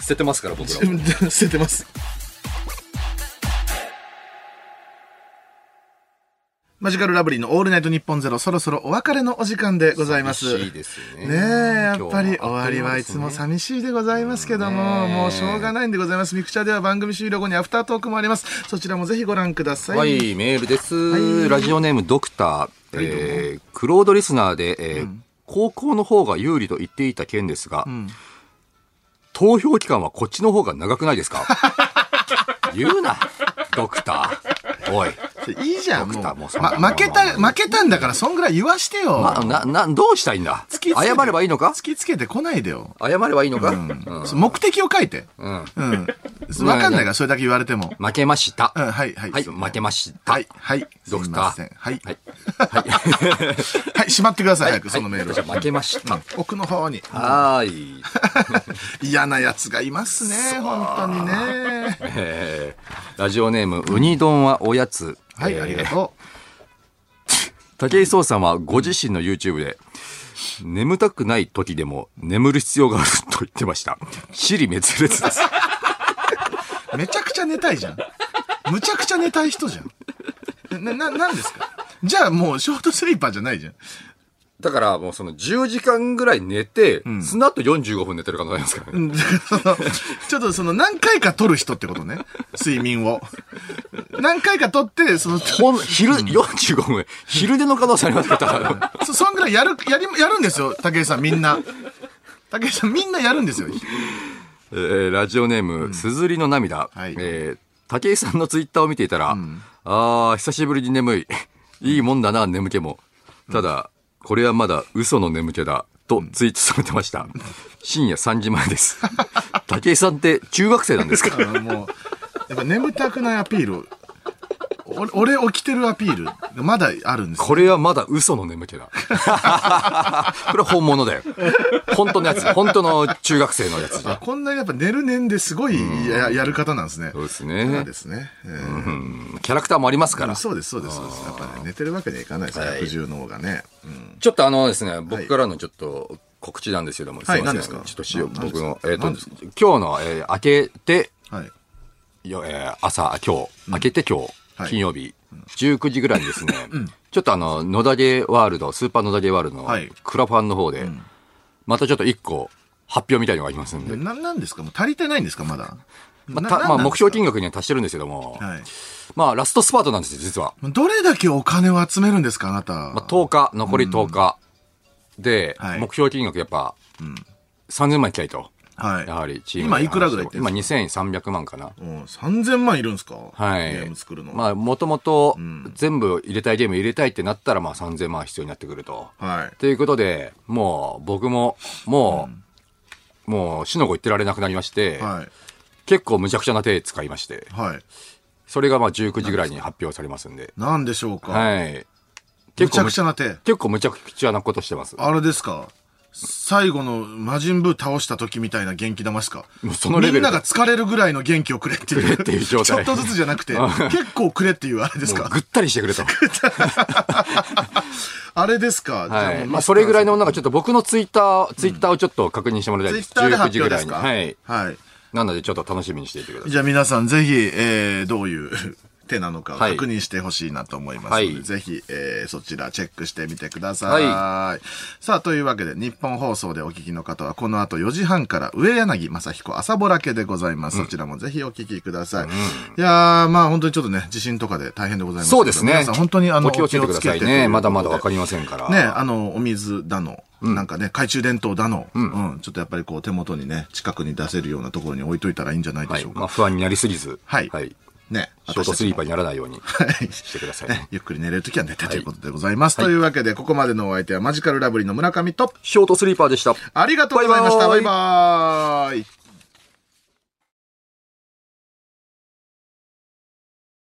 Speaker 2: 捨ててますから、僕らも。
Speaker 1: 捨ててます。マジカルラブリーのオールナイトニッポンゼロ、そろそろお別れのお時間でございます。
Speaker 2: 寂しいですね。
Speaker 1: ねえ、やっぱり
Speaker 2: 今
Speaker 1: 終
Speaker 2: 日
Speaker 1: わりはいつも寂しいでございますけども、
Speaker 2: ねえ
Speaker 1: もうしょうがないんでございます。ミクチャでは番組終了後にアフタートークもあります。そちらもぜひご覧ください。
Speaker 2: はい、メールです、
Speaker 1: い
Speaker 2: ラジオネームドクター、えークロードリスナーで、えー高校の方が有利と言っていた件ですが、投票期間はこっちの方が長くないで すか言うなドクターおい、
Speaker 1: いいじゃん、もう。
Speaker 2: ドクターもうそん
Speaker 1: ま
Speaker 2: な
Speaker 1: 負けた、負けたんだから、そんぐらい言わしてよ。
Speaker 2: まあ、ななどうしたいんだ
Speaker 1: 突きつけて
Speaker 2: 謝ればいいのか
Speaker 1: 突きつけてこないでよ。
Speaker 2: 謝ればいいのか、うん
Speaker 1: そう目的を書いて。
Speaker 2: うん
Speaker 1: うん。わ かんないから、それだけ言われても。
Speaker 2: 負けました、
Speaker 1: うん、はい、はい。
Speaker 2: はい
Speaker 1: すません
Speaker 2: 負けました
Speaker 1: はい、はい。
Speaker 2: ド
Speaker 1: す
Speaker 2: クタ
Speaker 1: いません
Speaker 2: ー
Speaker 1: はい。
Speaker 2: はい
Speaker 1: はい、しまってください、早く、そのメール
Speaker 2: はいじゃあ負
Speaker 1: は。
Speaker 2: けました
Speaker 1: 奥の方に。
Speaker 2: はーい、
Speaker 1: 嫌なやつがいますね、本当にね。
Speaker 2: えーラジオネームウニ丼はおやつ
Speaker 1: はい、ありがと
Speaker 2: 武井壮さんはご自身の YouTube で、眠たくない時でも眠る必要があると言ってました。尻滅裂です。
Speaker 1: う。めちゃくちゃ寝たいじゃん。むちゃくちゃ寝たい人じゃん。な、な、なんですかじゃあもう、ショートスリーパーじゃないじゃん。
Speaker 2: だからもうその10時間ぐらい寝て、その後45分寝てる可能性ありますからね。
Speaker 1: うんだからそのちょっとその何回か取る人ってことね。睡眠を。何回か取って、その、
Speaker 2: ほん、昼、45分、昼寝の可能性ありますから。
Speaker 1: そ、そんぐらいやる、やり、やるんですよ、武井さんみんな。武井さんみんなやるんですよ。
Speaker 2: えーラジオネーム、すずりの涙。
Speaker 1: はい
Speaker 2: えー武井さんのツイッターを見ていたら、あー、久しぶりに眠い。いいもんだな、眠気も。ただ、これはまだ嘘の眠気だ。とツイートされてました。深夜3時前です。 武井さんって中学生なんです か
Speaker 1: あのもう、やっぱ眠たくないアピール。お俺起きてるアピールがまだあるんですよ
Speaker 2: これはまだ嘘の眠 気だ。これは本物だよ。本当のやつ。本当の中学生のやつじゃん。
Speaker 1: こんなにやっぱ寝る年ですごいや,、やる方なんですね
Speaker 2: そう。です
Speaker 1: そう
Speaker 2: ね
Speaker 1: で。すね。えー
Speaker 2: キャラクターもありますか
Speaker 1: まあ
Speaker 2: ら。
Speaker 1: そうです、そうです、そうです。やっぱね、寝てるわけにはいかないです、
Speaker 2: はい
Speaker 1: 百獣の王がね。
Speaker 2: ちょっとあのですね、僕からのちょっと告知なんですけども、
Speaker 1: はい
Speaker 2: すません
Speaker 1: 何ですか
Speaker 2: ちょっとしよう、
Speaker 1: な何
Speaker 2: 僕の、
Speaker 1: ですか
Speaker 2: えっ、と、
Speaker 1: 何
Speaker 2: 今
Speaker 1: ですか
Speaker 2: 日の、えー明けて、
Speaker 1: はい。
Speaker 2: よえー朝、今日、明けて今日、
Speaker 1: はい
Speaker 2: 金曜日、19時ぐらいにですね、ちょっとあの、野田ゲーワールド、スーパー野田ゲーワールドの
Speaker 1: はい
Speaker 2: クラファンの方で、またちょっと一個発表みたいのがありますんで、
Speaker 1: な、なんですかもう足りてないんですかまだ。
Speaker 2: ま
Speaker 1: な
Speaker 2: あ、たまあ、目標。金
Speaker 1: な
Speaker 2: 額には達してるんですけども、
Speaker 1: んなんで
Speaker 2: まあ、ラストスパートなんですよ、実は。
Speaker 1: すかはい。どれだけお金を集めるんですかあなた。
Speaker 2: まあ、10日、残り10日で、
Speaker 1: はい
Speaker 2: 目標金額やっぱ、3000万いきたいと。
Speaker 1: はい。
Speaker 2: やはりチーム
Speaker 1: 今いくらぐらいいってん
Speaker 2: 今
Speaker 1: ですか
Speaker 2: 2300万かな。
Speaker 1: うん、3000万いるんですか
Speaker 2: はい。
Speaker 1: ゲーム作るの。
Speaker 2: まあ、もともと全部入れたいゲーム入れたいってなったら、まあ3000万必要になってくると。
Speaker 1: はい。
Speaker 2: ということで、もう僕も、もう、もう、しのご言ってられなくなりまして、
Speaker 1: はい。
Speaker 2: 結構むちゃくちゃな手使いまして、
Speaker 1: はい。
Speaker 2: それがまあ19時ぐらいに発表されますんで。
Speaker 1: なんでしょうか、
Speaker 2: はい。
Speaker 1: むちゃくちゃ
Speaker 2: な、
Speaker 1: な手。
Speaker 2: 結構むちゃくちゃなことしてます。
Speaker 1: あれですか最後の魔人ブー倒した時みたいな元気玉しか。
Speaker 2: もうそのレベル
Speaker 1: みんなが疲れるぐらいの元気をくれっていう。
Speaker 2: くれっていう状態
Speaker 1: ちょっとずつじゃなくて、結構くれっていうあれです
Speaker 2: もう
Speaker 1: か。
Speaker 2: ぐったりしてくれと。
Speaker 1: あれですか。じゃあ
Speaker 2: は
Speaker 1: も
Speaker 2: い。
Speaker 1: う
Speaker 2: まあ、それぐらいの、なんかちょっと僕のツイッター、ツイッターをちょっと確認してもらいたい
Speaker 1: ツイ
Speaker 2: です。
Speaker 1: ッターで
Speaker 2: 19
Speaker 1: 発
Speaker 2: 時ぐ
Speaker 1: 表
Speaker 2: ら
Speaker 1: で
Speaker 2: い
Speaker 1: す
Speaker 2: に。
Speaker 1: か。
Speaker 2: はい。
Speaker 1: はい。
Speaker 2: なので、ちょっと楽しみにしていてください。
Speaker 1: じゃあ皆さんぜひ、えー、どう いう手なのかを
Speaker 2: はい
Speaker 1: 確認してほしいなと思いますの
Speaker 2: は
Speaker 1: で、
Speaker 2: い
Speaker 1: ぜひ、えー、そちらチェックしてみてください。さあ、というわけで、日本放送でお聞きの方は、この後4時半から、上柳正彦朝ぼら家でございます。そちらもぜひお聞きください。いやー、まあ本当にちょっとね、地震とかで大変でございますけど
Speaker 2: そうですね。
Speaker 1: 皆さん本当にあの、
Speaker 2: お気をつけてください
Speaker 1: お気をつけてということ
Speaker 2: ね。
Speaker 1: で
Speaker 2: まだまだわかりませんから。
Speaker 1: ね、あの、お水だの、なんかね、懐中電灯だの、うん、ちょっとやっぱりこう手元にね、近くに出せるようなところに置いといたらいいんじゃないで
Speaker 2: は
Speaker 1: し
Speaker 2: い。
Speaker 1: ょうか。
Speaker 2: まあ、不安になりすぎず。
Speaker 1: はい
Speaker 2: はい。
Speaker 1: ね、
Speaker 2: ショートスリーパーにならないようにしてくださいね
Speaker 1: ね。ゆっくり寝れるときは寝てということでございます。というわけで、ここまでのお相手はマジカルラブリーの村上と、
Speaker 2: ショートスリーパーでした。
Speaker 1: ありがとうございました。
Speaker 2: バ
Speaker 1: バ
Speaker 2: イ
Speaker 1: イ
Speaker 2: バ
Speaker 1: バイ。